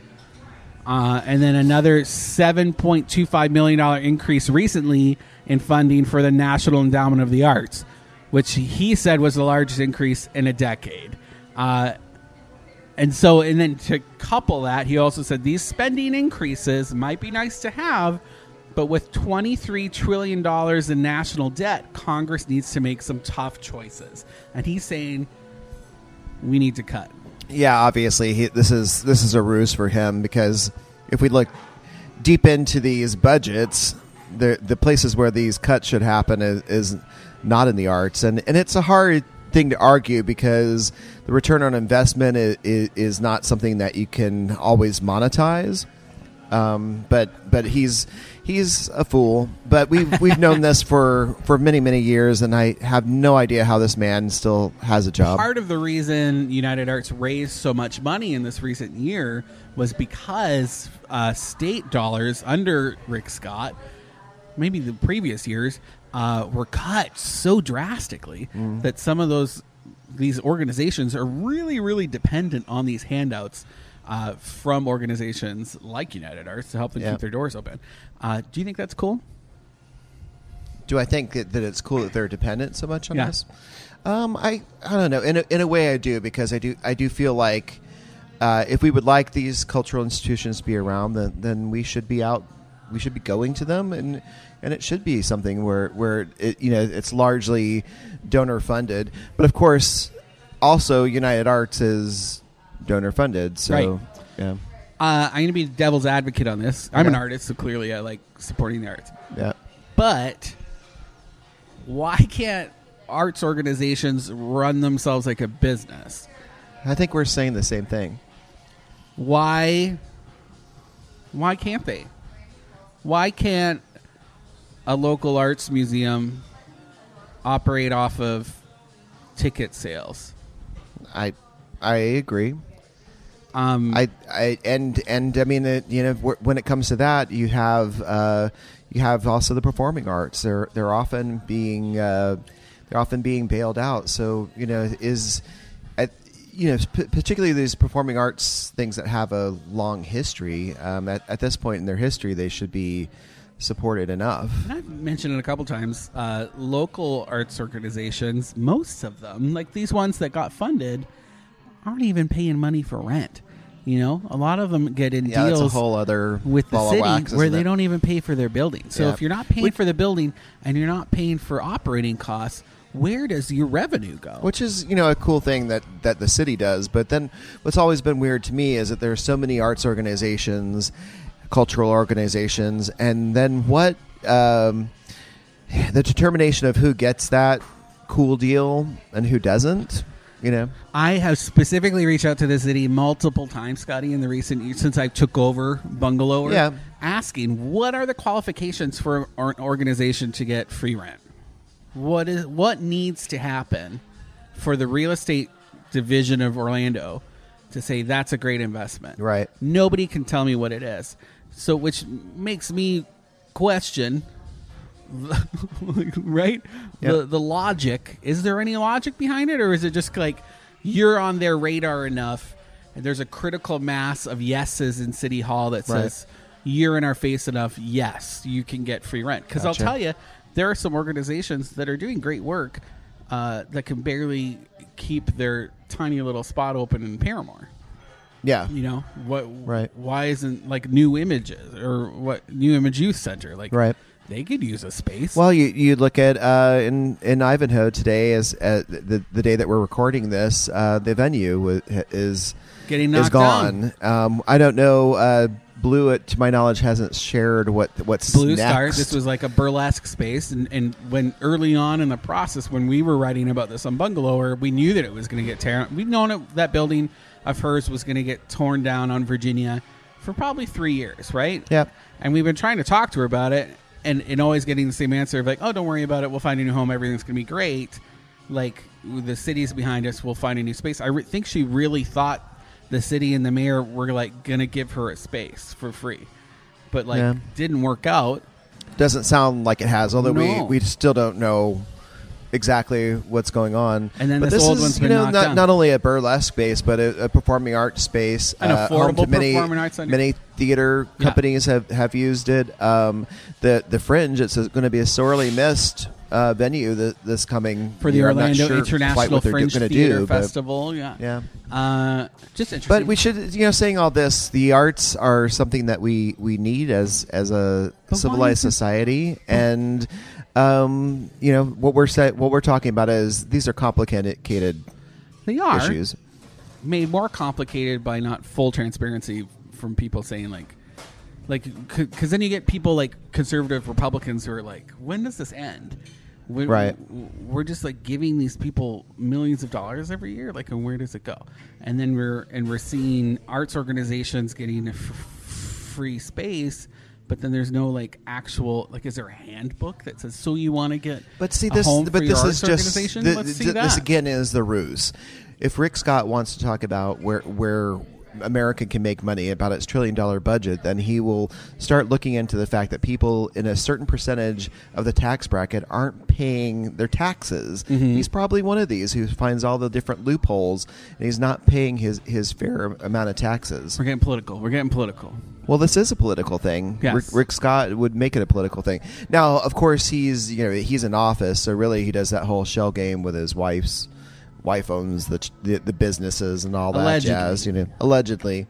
Speaker 1: Uh, and then another $7.25 million increase recently in funding for the National Endowment of the Arts, which he said was the largest increase in a decade. Uh, and so, and then to couple that, he also said these spending increases might be nice to have, but with $23 trillion in national debt, Congress needs to make some tough choices. And he's saying we need to cut.
Speaker 2: Yeah. Obviously, he, this is this is a ruse for him because if we look deep into these budgets, the the places where these cuts should happen is, is not in the arts, and and it's a hard thing to argue because the return on investment is, is not something that you can always monetize. um, but but he's he's a fool. But we've we've known this for for many many years, and I have no idea how this man still has a job.
Speaker 1: part of the reason United Arts raised so much money in this recent year was because uh, state dollars under Rick Scott, maybe the previous years, uh, were cut so drastically that some of those these organizations are really really dependent on these handouts. Uh, from organizations like United Arts to help them
Speaker 2: Yeah.
Speaker 1: keep their doors open. Uh, do you think that's cool?
Speaker 2: Do I think that, that it's cool that they're dependent so much on
Speaker 1: Yeah.
Speaker 2: us? Um, I I don't know. In a, in a way, I do because I do I do feel like uh, if we would like these cultural institutions to be around, then then we should be out. We should be going to them, and and it should be something where where it, you know it's largely donor funded. But of course, also United Arts is donor funded. So
Speaker 1: Right.
Speaker 2: yeah,
Speaker 1: Uh, I'm going to be the devil's advocate on this. I'm an
Speaker 2: Okay.
Speaker 1: artist, so clearly I like supporting the arts.
Speaker 2: yeah.
Speaker 1: But why can't arts organizations run themselves like a business?
Speaker 2: I think we're saying the same thing.
Speaker 1: Why why can't they? Why can't a local arts museum operate off of ticket sales?
Speaker 2: I I agree.
Speaker 1: Um,
Speaker 2: I, I and and I mean it, you know wh- when it comes to that you have uh, you have also the performing arts they're they're often being uh, they're often being bailed out so you know is at, you know p- particularly these performing arts things that have a long history um, at, at this point in their history they should be supported enough
Speaker 1: And I've mentioned it a couple times. Uh, local arts organizations, most of them, like these ones that got funded, aren't even paying money for rent. You know, a lot of them get in
Speaker 2: Yeah,
Speaker 1: deals
Speaker 2: that's a whole other
Speaker 1: with the
Speaker 2: ball
Speaker 1: city
Speaker 2: of wax,
Speaker 1: where
Speaker 2: isn't
Speaker 1: they
Speaker 2: it?
Speaker 1: don't even pay for their building. So
Speaker 2: Yeah.
Speaker 1: if you're not paying
Speaker 2: Which-
Speaker 1: for the building and you're not paying for operating costs, where does your revenue go?
Speaker 2: which is you know a cool thing that that the city does but then what's always been weird to me is that there are so many arts organizations cultural organizations and then what um, the determination of who gets that cool deal and who doesn't you know
Speaker 1: I have specifically reached out to the city multiple times, Scotty, in the recent years since I took over Bungalower,
Speaker 2: Yeah.
Speaker 1: asking what are the qualifications for an organization to get free rent? What is what needs to happen for the real estate division of Orlando to say that's a great investment?
Speaker 2: Right.
Speaker 1: Nobody can tell me what it is. So which makes me question *laughs* right? The
Speaker 2: Yep.
Speaker 1: the logic is there any logic behind it, or is it just like you're on their radar enough, and there's a critical mass of yeses in City Hall that
Speaker 2: Right.
Speaker 1: says you're in our face enough. Yes, you can get free rent. Because
Speaker 2: Gotcha.
Speaker 1: I'll tell you, there are some organizations that are doing great work uh, that can barely keep their tiny little spot open in Paramore
Speaker 2: yeah
Speaker 1: you know what
Speaker 2: Right.
Speaker 1: why isn't like new images or what new image youth center like
Speaker 2: Right.
Speaker 1: they could use a space
Speaker 2: Well, you you look at uh, in in Ivanhoe today is uh, the the day that we're recording this. Uh, the venue wa- is
Speaker 1: Getting knocked
Speaker 2: is gone. Um, I don't know. Uh, Blue, it, to my knowledge, hasn't shared what what's
Speaker 1: blue
Speaker 2: next.
Speaker 1: star this was like a burlesque space and, and when early on in the process when we were writing about this on bungalower we knew that it was going to get torn we've known it, that building of hers was going to get torn down on virginia for probably three years right
Speaker 2: Yep.
Speaker 1: and we've been trying to talk to her about it and, and always getting the same answer of like oh don't worry about it we'll find a new home everything's going to be great like the city's behind us we'll find a new space i re- think she really thought the city and the mayor were like going to give her a space for free but like
Speaker 2: Yeah.
Speaker 1: didn't work out
Speaker 2: doesn't sound like it has. Although
Speaker 1: No.
Speaker 2: we we still don't know exactly what's going on.
Speaker 1: And then
Speaker 2: but
Speaker 1: this
Speaker 2: this
Speaker 1: old
Speaker 2: is,
Speaker 1: one's
Speaker 2: you
Speaker 1: been
Speaker 2: know
Speaker 1: knocked
Speaker 2: not,
Speaker 1: down.
Speaker 2: not only a burlesque space, but a, a performing arts space.
Speaker 1: An
Speaker 2: uh, home
Speaker 1: affordable
Speaker 2: to many,
Speaker 1: performing arts on-
Speaker 2: Many theater
Speaker 1: Yeah.
Speaker 2: companies have, have used it. Um, the the Fringe it's going to be a sorely missed. Uh, venue th- this coming
Speaker 1: for the
Speaker 2: year. I'm not
Speaker 1: Orlando
Speaker 2: sure quite
Speaker 1: International
Speaker 2: what they're do-
Speaker 1: Fringe
Speaker 2: gonna
Speaker 1: Theater
Speaker 2: do, but-
Speaker 1: Festival. Yeah,
Speaker 2: Yeah.
Speaker 1: Uh, just interesting.
Speaker 2: But we should, you know, saying all this, the arts are something that we we need as as a
Speaker 1: why
Speaker 2: civilized
Speaker 1: is it-
Speaker 2: society, and um, you know what we're sa- what we're talking about is these are complicated
Speaker 1: they are
Speaker 2: issues.
Speaker 1: made more complicated by not full transparency from people saying like, like, because then you get people like conservative Republicans who are like, when does this end? We're,
Speaker 2: Right.
Speaker 1: We're just like giving these people millions of dollars every year. Like, and where does it go? And then we're and we're seeing arts organizations getting a f- free space. But then there's no like actual like is there a handbook that says so you want to get
Speaker 2: But see
Speaker 1: a
Speaker 2: this,
Speaker 1: home for
Speaker 2: but
Speaker 1: your
Speaker 2: this
Speaker 1: arts
Speaker 2: is just
Speaker 1: organization?
Speaker 2: th-
Speaker 1: Let's see
Speaker 2: th- this
Speaker 1: that.
Speaker 2: again is the ruse. If Rick Scott wants to talk about where where America can make money about its trillion dollar budget, then he will start looking into the fact that people in a certain percentage of the tax bracket aren't paying their taxes.
Speaker 1: Mm-hmm.
Speaker 2: He's probably one of these who finds all the different loopholes and he's not paying his his fair amount of taxes.
Speaker 1: We're getting political. We're getting political.
Speaker 2: Well, this is a political thing.
Speaker 1: Yes.
Speaker 2: Rick, Rick Scott would make it a political thing. Now, of course, he's you know he's in office, so really he does that whole shell game with his wife's wife owns the the, the businesses and all that
Speaker 1: Allegedly.
Speaker 2: jazz. You know, allegedly,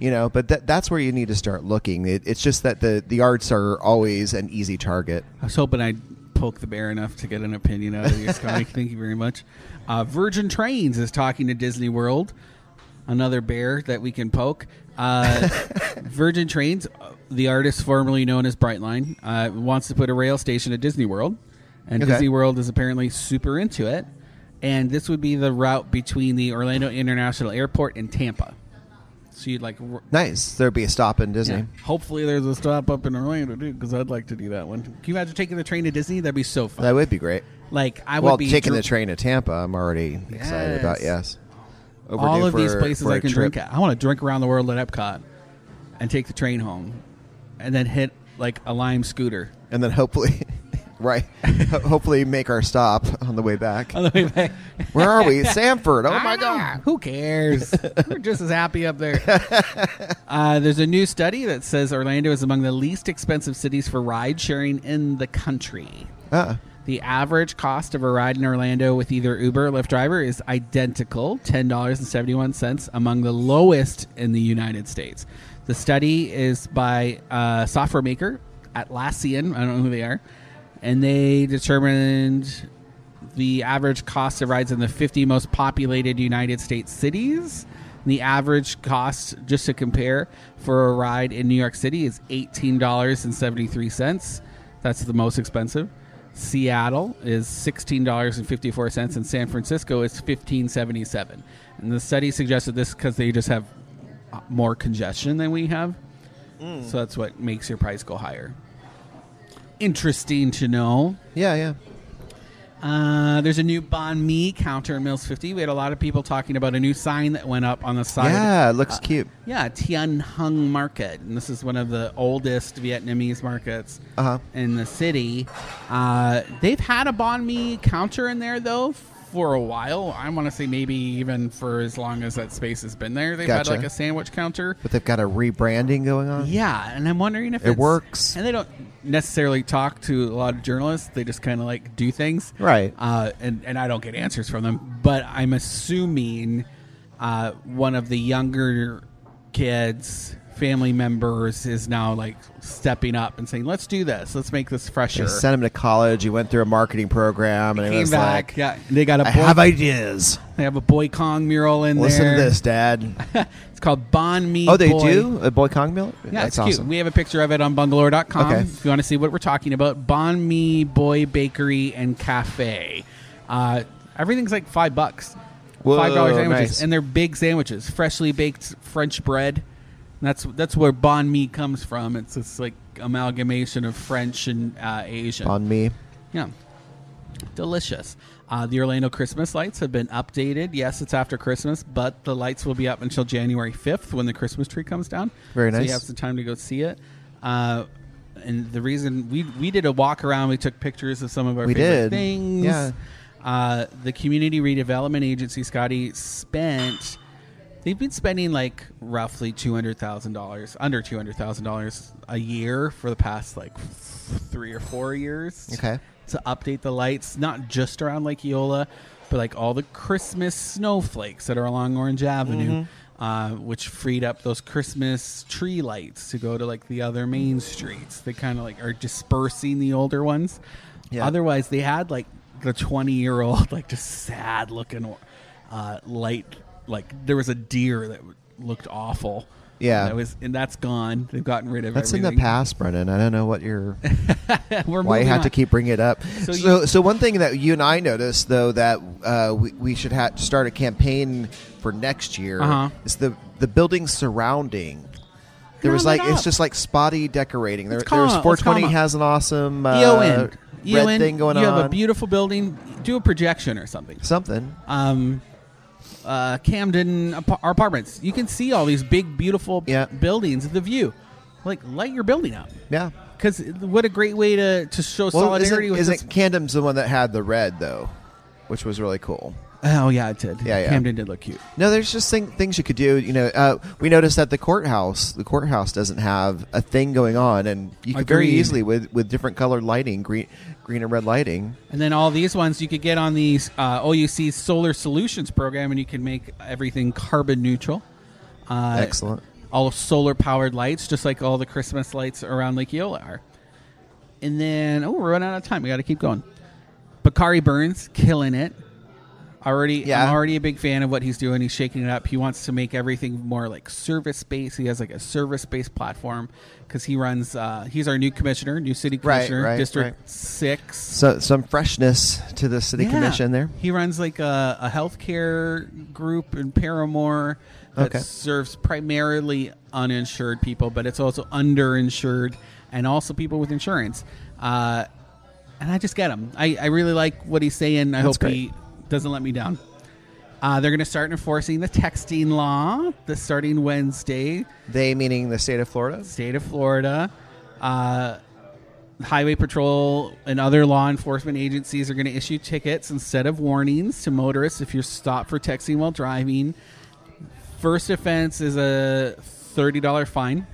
Speaker 2: you know, but that that's where you need to start looking. It, it's just that the the arts are always an easy target.
Speaker 1: I was hoping I'd poke the bear enough to get an opinion out of you, Scotty. Thank you very much. Uh, Virgin Trains is talking to Disney World. Another bear that we can poke. Uh, Virgin Trains, uh, the artist formerly known as Brightline, uh, wants to put a rail station at Disney World, and
Speaker 2: Okay.
Speaker 1: Disney World is apparently super into it. And this would be the route between the Orlando International Airport and Tampa. So you'd like r-
Speaker 2: Nice, there'd be a stop in Disney.
Speaker 1: yeah. Hopefully, there's a stop up in Orlando too, because I'd like to do that one. Can you imagine taking the train to Disney? That'd be so fun.
Speaker 2: That would be great.
Speaker 1: like I
Speaker 2: well,
Speaker 1: would be
Speaker 2: taking
Speaker 1: dr-
Speaker 2: the train to Tampa, I'm already excited about.
Speaker 1: Yes.
Speaker 2: Yes,
Speaker 1: All
Speaker 2: Overdue
Speaker 1: of these
Speaker 2: for-
Speaker 1: places
Speaker 2: for
Speaker 1: I
Speaker 2: a
Speaker 1: can
Speaker 2: trip.
Speaker 1: drink at. I want to drink around the world at Epcot, and take the train home, and then hit like a lime scooter *laughs*
Speaker 2: and then hopefully, *laughs* right? ho- hopefully, make our stop on the
Speaker 1: *laughs*
Speaker 2: way back.
Speaker 1: on the
Speaker 2: *laughs*
Speaker 1: way back.
Speaker 2: Where are we? Sanford. Oh my
Speaker 1: Ah,
Speaker 2: god.
Speaker 1: Who
Speaker 2: *laughs*
Speaker 1: cares? We're just as happy up there. Uh, there's a new study that says Orlando is among the least expensive cities for ride sharing in the country.
Speaker 2: Uh,
Speaker 1: The average cost of a ride in Orlando with either Uber or Lyft driver is identical, $10.71, among the lowest in the United States. The study is by uh, software maker Atlassian. I don't know who they are. And they determined the average cost of rides in the 50 most populated United States cities. The average cost, just to compare, for a ride in New York City is $18.73. That's the most expensive. Seattle is $16.54 and San Francisco is 15.77. And the study suggested this cuz they just have uh, more congestion than we have. So that's what makes your price go higher. Interesting to know.
Speaker 2: Yeah, yeah.
Speaker 1: Uh, there's a new Bon Me counter in Mills 50. We had a lot of people talking about a new sign that went up on the side.
Speaker 2: Yeah, it looks cute.
Speaker 1: Yeah, Tian Hung Market. And this is one of the oldest Vietnamese markets
Speaker 2: Uh-huh.
Speaker 1: in the city. Uh, they've had a Bon Me counter in there, though, for a while. I want to say maybe even for as long as that space has been there. They've
Speaker 2: Gotcha.
Speaker 1: had like a sandwich counter.
Speaker 2: But they've got a rebranding going on.
Speaker 1: Yeah, and I'm wondering if
Speaker 2: It
Speaker 1: it's-
Speaker 2: works.
Speaker 1: And they don't necessarily talk to a lot of journalists; they just kind of like do things,
Speaker 2: Right.
Speaker 1: Uh, and and I don't get answers from them, but I'm assuming uh, one of the younger kids, family members, is now like stepping up and saying, "Let's do this. Let's make this fresher."
Speaker 2: They sent him to college. He went through a marketing program, and he
Speaker 1: Came
Speaker 2: was
Speaker 1: back,
Speaker 2: like,
Speaker 1: yeah, they got a boy,
Speaker 2: "I have ideas.
Speaker 1: they have a boy Kong mural in
Speaker 2: Listen
Speaker 1: there.
Speaker 2: to
Speaker 1: *laughs*
Speaker 2: this, Dad."
Speaker 1: It's called Bon Me.
Speaker 2: Oh, they
Speaker 1: Boy.
Speaker 2: do a boy Kong meal.
Speaker 1: Yeah,
Speaker 2: that's
Speaker 1: it's cute.
Speaker 2: awesome.
Speaker 1: We have a picture of it on bungalore.com
Speaker 2: Okay.
Speaker 1: if you want to see what we're talking about. Bon Mi Boy Bakery and Cafe. Uh, everything's like five bucks.
Speaker 2: Whoa,
Speaker 1: five dollar sandwiches.
Speaker 2: nice.
Speaker 1: And they're big sandwiches, freshly baked French bread. And that's that's where Bon Mi comes from. It's this like amalgamation of French and uh, Asian.
Speaker 2: on me.
Speaker 1: Yeah. Delicious. Uh, the Orlando Christmas lights have been updated. Yes, it's after Christmas, but the lights will be up until January 5th when the Christmas tree comes down.
Speaker 2: Very
Speaker 1: So you
Speaker 2: nice.
Speaker 1: have some time to go see it. Uh, and the reason we, we did a walk around, we took pictures of some of our
Speaker 2: We
Speaker 1: favorite
Speaker 2: did.
Speaker 1: things.
Speaker 2: Yeah.
Speaker 1: Uh, the Community Redevelopment Agency, Scotty, spent. They've been spending like roughly two hundred thousand dollars, under two hundred thousand dollars a year for the past like three or four years.
Speaker 2: Okay.
Speaker 1: To update the lights, not just around Lake Eola, but like all the Christmas snowflakes that are along Orange Avenue,
Speaker 2: Mm-hmm.
Speaker 1: uh, which freed up those Christmas tree lights to go to like the other main streets. They kind of like are dispersing the older ones.
Speaker 2: Yeah.
Speaker 1: Otherwise, they had like the twenty-year-old, like just sad-looking uh, light. Like there was a deer that looked awful.
Speaker 2: Yeah.
Speaker 1: that was, and that's gone. They've gotten rid of.
Speaker 2: That's in the
Speaker 1: everything.
Speaker 2: past, Brendan. I don't know what you're
Speaker 1: *laughs* We're
Speaker 2: why you
Speaker 1: moving
Speaker 2: have
Speaker 1: on.
Speaker 2: to keep bringing it up. So,
Speaker 1: So
Speaker 2: so,
Speaker 1: you-
Speaker 2: one thing that you and I noticed though that uh, we, we should have to start a campaign for next year
Speaker 1: Uh-huh.
Speaker 2: is the the building surrounding. There was
Speaker 1: Round
Speaker 2: like
Speaker 1: it
Speaker 2: it's
Speaker 1: up.
Speaker 2: just like spotty decorating. There,
Speaker 1: Let's
Speaker 2: there
Speaker 1: call
Speaker 2: was
Speaker 1: it- let's
Speaker 2: 420
Speaker 1: call it.
Speaker 2: has an awesome uh,
Speaker 1: Eowyn,
Speaker 2: red
Speaker 1: Eowyn,
Speaker 2: thing going
Speaker 1: E you
Speaker 2: on.
Speaker 1: have a beautiful building. Do a projection or something.
Speaker 2: Something.
Speaker 1: Um, uh, Camden ap- apartments. You can see all these big, beautiful
Speaker 2: Yeah.
Speaker 1: buildings. The view, like light your building up.
Speaker 2: Yeah.
Speaker 1: Because what a great way to, to show
Speaker 2: Well,
Speaker 1: solidarity
Speaker 2: isn't,
Speaker 1: with
Speaker 2: isn't
Speaker 1: this-
Speaker 2: Camden's the one that had the red though, which was really cool.
Speaker 1: Oh yeah, it did.
Speaker 2: Yeah, yeah.
Speaker 1: Camden did look cute.
Speaker 2: No, there's just thing, things you could do. You know, uh, we noticed that the courthouse, the courthouse doesn't have a thing going on, and you could very
Speaker 1: Agreed.
Speaker 2: easily with with different colored lighting, green, green and red lighting.
Speaker 1: And then all these ones you could get on the uh, OUC's Solar Solutions program, and you can make everything carbon neutral. Uh,
Speaker 2: Excellent.
Speaker 1: All solar powered lights, just like all the Christmas lights around Lake Eola are. And then, oh, we're running out of time. We got to keep going. Bakari Burns, killing it. Already,
Speaker 2: Yeah.
Speaker 1: I'm already a big fan of what he's doing. He's shaking it up. He wants to make everything more like service based. He has like a service based platform because he runs. Uh, he's our new commissioner, new city
Speaker 2: Right,
Speaker 1: commissioner,
Speaker 2: right,
Speaker 1: District
Speaker 2: right.
Speaker 1: Six.
Speaker 2: So some freshness to the city
Speaker 1: Yeah.
Speaker 2: commission there.
Speaker 1: He runs like a, a healthcare group in Paramore that
Speaker 2: Okay.
Speaker 1: serves primarily uninsured people, but it's also underinsured and also people with insurance. Uh, and I just get him. I, I really like what he's saying. I
Speaker 2: That's
Speaker 1: hope he doesn't let me down. Uh, they're going to start enforcing the texting law the starting Wednesday
Speaker 2: They meaning the state of Florida.
Speaker 1: state of Florida. Uh, Highway Patrol and other law enforcement agencies are going to issue tickets instead of warnings to motorists if you're stopped for texting while driving. First offense is a $30 fine.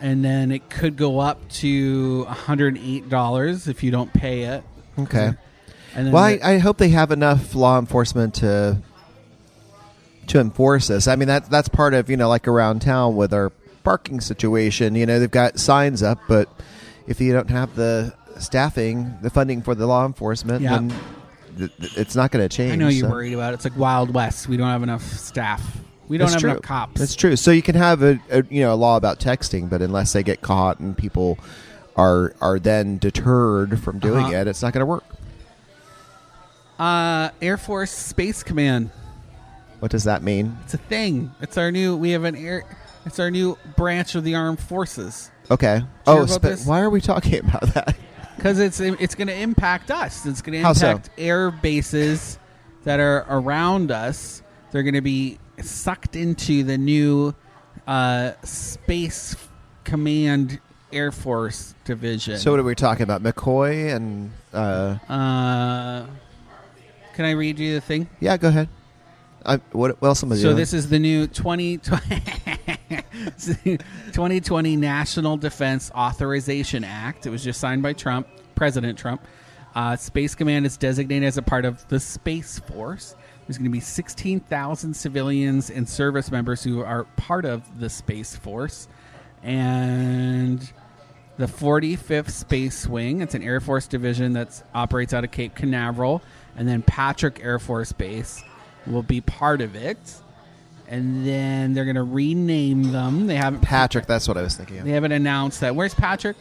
Speaker 1: and then it could go up to $108 if you don't pay it.
Speaker 2: Okay.
Speaker 1: And then
Speaker 2: Well, I,
Speaker 1: the-
Speaker 2: I hope they have enough law enforcement to to enforce this. I mean, that that's part of you know, like around town with our parking situation. You know, they've got signs up, but if you don't have the staffing, the funding for the law enforcement,
Speaker 1: Yeah.
Speaker 2: then th- th- it's not going to change.
Speaker 1: I know you're
Speaker 2: so.
Speaker 1: worried about it. It's like Wild West. We don't have enough staff. We don't
Speaker 2: That's
Speaker 1: have
Speaker 2: true.
Speaker 1: enough cops.
Speaker 2: That's true. So you can have a, a you know a law about texting, but unless they get caught and people are are then deterred from doing
Speaker 1: Uh-huh.
Speaker 2: it, it's not going to work.
Speaker 1: Uh, Air Force Space Command.
Speaker 2: What does that mean?
Speaker 1: It's a thing. It's our new. We have an air. It's our new branch of the armed forces
Speaker 2: Okay.
Speaker 1: you hear
Speaker 2: Oh,
Speaker 1: about
Speaker 2: sp-
Speaker 1: this?
Speaker 2: why are we talking *laughs* about that?
Speaker 1: because it's it's going to impact us. It's going to
Speaker 2: How so?
Speaker 1: impact air bases that are around us. They're going to be sucked into the new uh, Space Command Air Force Division.
Speaker 2: So what are we talking about? McCoy and uh,
Speaker 1: Uh, can I read you the thing?
Speaker 2: yeah, go ahead. I, what, what else am I
Speaker 1: So
Speaker 2: doing?
Speaker 1: this is the new 20, *laughs* 2020 National Defense Authorization Act. It was just signed by Trump, President Trump. Uh, Space Command is designated as a part of the Space Force. There's going to be 16,000 civilians and service members who are part of the Space Force. And the 45th Space Wing. It's an Air Force division that operates out of Cape Canaveral, and then Patrick Air Force Base will be part of it. And then they're going to rename them. They haven't
Speaker 2: Patrick, that's what I was thinking.
Speaker 1: they
Speaker 2: Of.
Speaker 1: haven't announced that. Where's Patrick?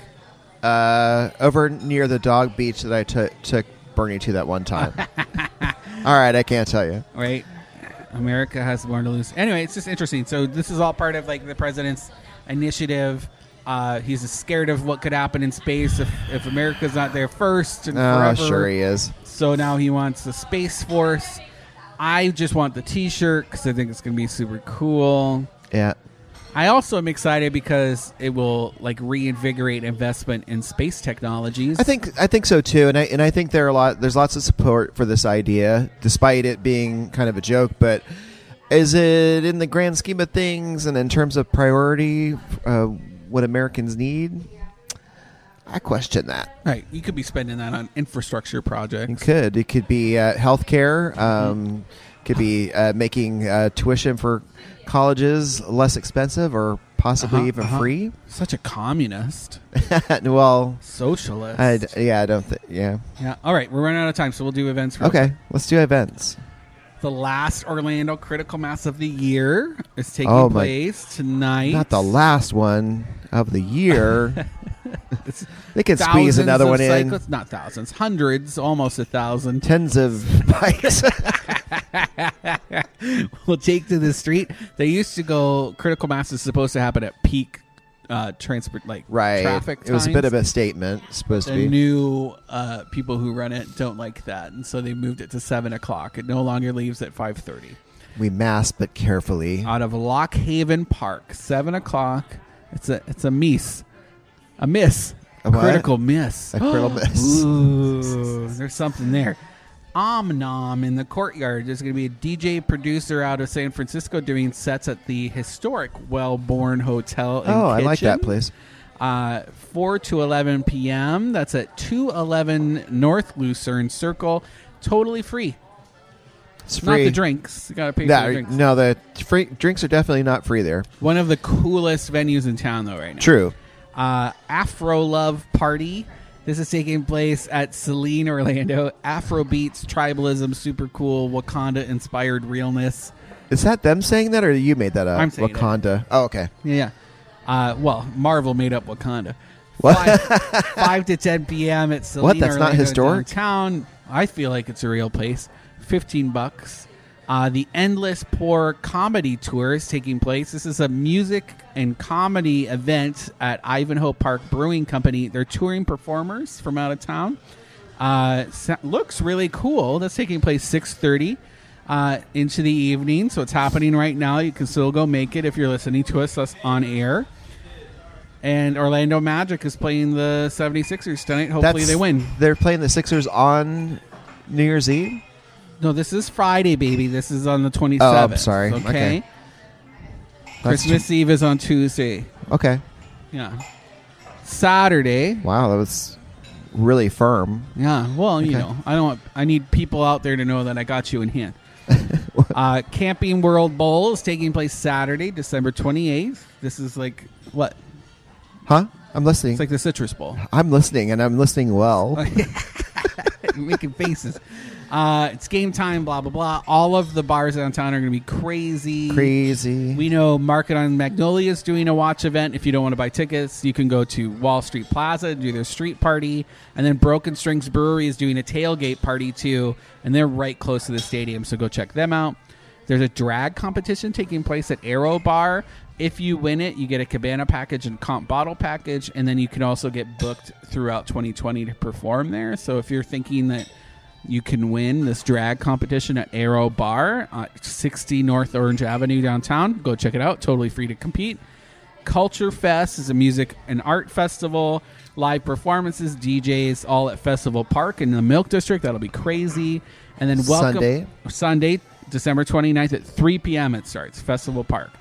Speaker 2: Uh, over near the dog beach that I took took Bernie to that one
Speaker 1: *laughs*
Speaker 2: time. All right, I can't tell you.
Speaker 1: Right. America has more to lose. Anyway, it's just interesting. So this is all part of like the president's initiative. Uh, he's scared of what could happen in space if, if America's not there first and
Speaker 2: Oh,
Speaker 1: forever.
Speaker 2: sure he is.
Speaker 1: So now he wants the Space Force. I just want the t shirt because I think it's going to be super cool.
Speaker 2: Yeah.
Speaker 1: I also am excited because it will like reinvigorate investment in space technologies.
Speaker 2: I think I think so too, and I and I think there are a lot. There's lots of support for this idea, despite it being kind of a joke. But is it in the grand scheme of things, and in terms of priority, uh, what Americans need? I question that.
Speaker 1: right, you could be spending that on infrastructure
Speaker 2: It
Speaker 1: projects.
Speaker 2: could it could be uh, healthcare,
Speaker 1: Mm-hmm.
Speaker 2: um, could be uh, making uh, tuition for colleges less expensive or possibly
Speaker 1: Uh-huh,
Speaker 2: even
Speaker 1: uh-huh.
Speaker 2: free. *laughs*
Speaker 1: Such a communist,
Speaker 2: well,
Speaker 1: socialist.
Speaker 2: I d- yeah, I don't think yeah.
Speaker 1: yeah. All right, we're running out of time, so we'll do events. real
Speaker 2: Okay, let's do events.
Speaker 1: The last Orlando Critical Mass of the year is taking
Speaker 2: Oh, my-
Speaker 1: place tonight.
Speaker 2: Not the last one of
Speaker 1: *laughs*
Speaker 2: the year. they could squeeze
Speaker 1: Thousands
Speaker 2: another
Speaker 1: of
Speaker 2: one in.
Speaker 1: cyclists- Not thousands, hundreds, almost a thousand.
Speaker 2: Tens of *laughs*
Speaker 1: *laughs*
Speaker 2: bikes.
Speaker 1: will take to the street. They used to go. Critical mass is supposed to happen at peak uh, transport, like
Speaker 2: right.
Speaker 1: traffic.
Speaker 2: it was a bit
Speaker 1: times.
Speaker 2: of a statement, supposed to
Speaker 1: The
Speaker 2: be.
Speaker 1: new uh, people who run it don't like that, and so they moved it to seven o'clock. It no longer leaves at five thirty.
Speaker 2: we mass, but carefully.
Speaker 1: Out of Lock Haven Park, seven o'clock. It's a it's a miss, a miss,
Speaker 2: A what?
Speaker 1: critical miss. *gasps*
Speaker 2: A critical miss.
Speaker 1: Ooh, there's something there. Om Nom in the courtyard. There's going to be a DJ producer out of San Francisco doing sets at the historic Wellborn Hotel. And
Speaker 2: oh, I like that
Speaker 1: Kitchen.
Speaker 2: place.
Speaker 1: Uh, 4 to 11 p.m. That's at 211 North Lucerne Circle. Totally free.
Speaker 2: It's
Speaker 1: Not
Speaker 2: free.
Speaker 1: the drinks. You got to pay
Speaker 2: Yeah,
Speaker 1: for the drinks.
Speaker 2: no, the free, drinks are definitely not free there.
Speaker 1: One of the coolest venues in town, though, right now.
Speaker 2: True.
Speaker 1: uh, Afro Love Party. This is taking place at Celine, Orlando. Afro beats, tribalism, super cool, Wakanda inspired realness.
Speaker 2: Is that them saying that, or you made that up?
Speaker 1: I'm saying it.
Speaker 2: Wakanda. Oh, okay.
Speaker 1: Yeah. Uh, well, Marvel made up Wakanda.
Speaker 2: What?
Speaker 1: Five, five to 10 p.m. at Celine,
Speaker 2: That's not
Speaker 1: Orlando,
Speaker 2: historic?
Speaker 1: Downtown. I feel like it's a real place. 15 bucks. Uh, the Endless Poor Comedy Tour is taking place. This is a music and comedy event at Ivanhoe Park Brewing Company. They're touring performers from out of town. Uh, so- looks really cool. That's taking place 6:30 uh, into the evening, so it's happening right now. You can still go make it if you're listening to us, us on air. And Orlando Magic is playing the 76ers tonight. Hopefully
Speaker 2: That's-
Speaker 1: they win.
Speaker 2: They're playing the Sixers on New Year's Eve.
Speaker 1: No, this is Friday, baby. This is on the 27th.
Speaker 2: Oh, sorry.
Speaker 1: Okay.
Speaker 2: Okay. That's-
Speaker 1: Christmas Eve is on Tuesday.
Speaker 2: Okay.
Speaker 1: Yeah. Saturday.
Speaker 2: Wow, that was really firm.
Speaker 1: Yeah. Well, you
Speaker 2: Okay.
Speaker 1: know, I don't. Want, I need people out there to know that I got you in
Speaker 2: *laughs*
Speaker 1: hand. uh, Camping World Bowl is taking place Saturday, December twenty eighth. This is like what?
Speaker 2: Huh? I'm listening.
Speaker 1: It's like the Citrus Bowl. *laughs*
Speaker 2: I'm listening, and I'm listening well.
Speaker 1: making faces. Uh, it's game time. Blah blah blah. All of the bars downtown are going to be crazy.
Speaker 2: Crazy.
Speaker 1: We know Market on Magnolia is doing a watch event. If you don't want to buy tickets, you can go to Wall Street Plaza and do their street party. And then Broken Strings Brewery is doing a tailgate party too, and they're right close to the stadium, so go check them out. There's a drag competition taking place at Arrow Bar. If you win it, you get a cabana package and comp bottle package, and then you can also get booked throughout 2020 to perform there. So if you're thinking that you can win this drag competition at Arrow Bar at 60 North Orange Avenue downtown. Go check it out. Totally free to compete. Culture Fest is a music and art festival. Live performances, DJs, all at Festival Park in the Milk District. That'll be crazy. And then welcome
Speaker 2: Sunday.
Speaker 1: Sunday, December 29th at 3 p.m. It starts Festival Park.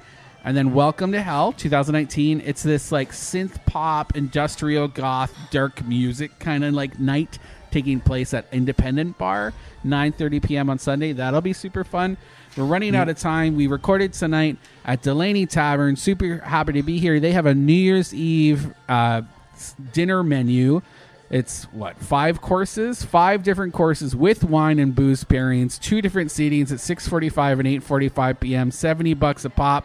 Speaker 1: And then Welcome to Hell 2019. It's this like synth pop, industrial goth, dark music kind of like night taking place at Independent Bar 9:30 p.m. on Sunday. That'll be super fun. We're running out of time. We recorded tonight at Delaney Tavern. Super happy to be here. They have a New Year's Eve uh, s- dinner menu. It's what five courses, five different courses with wine and booze pairings, two different seatings at 6:45 and 8:45 p.m. Seventy bucks a pop.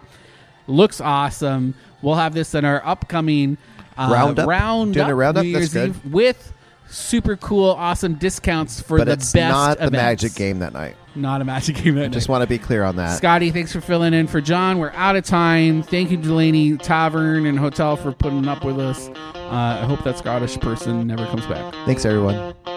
Speaker 1: Looks awesome. We'll have this in our upcoming uh,
Speaker 2: Roundup?
Speaker 1: Round
Speaker 2: Doing a roundup?
Speaker 1: New Year's
Speaker 2: That's good.
Speaker 1: Eve with super cool, awesome discounts for
Speaker 2: but
Speaker 1: the
Speaker 2: it's
Speaker 1: best.
Speaker 2: not the
Speaker 1: events.
Speaker 2: magic game that night.
Speaker 1: Not a magic *laughs* game. That
Speaker 2: Just
Speaker 1: night.
Speaker 2: want to be clear on that.
Speaker 1: Scotty, thanks for filling in for John. We're out of time. Thank you, Delaney Tavern and Hotel, for putting up with us. Uh, I hope that Scottish person never comes back.
Speaker 2: Thanks, everyone.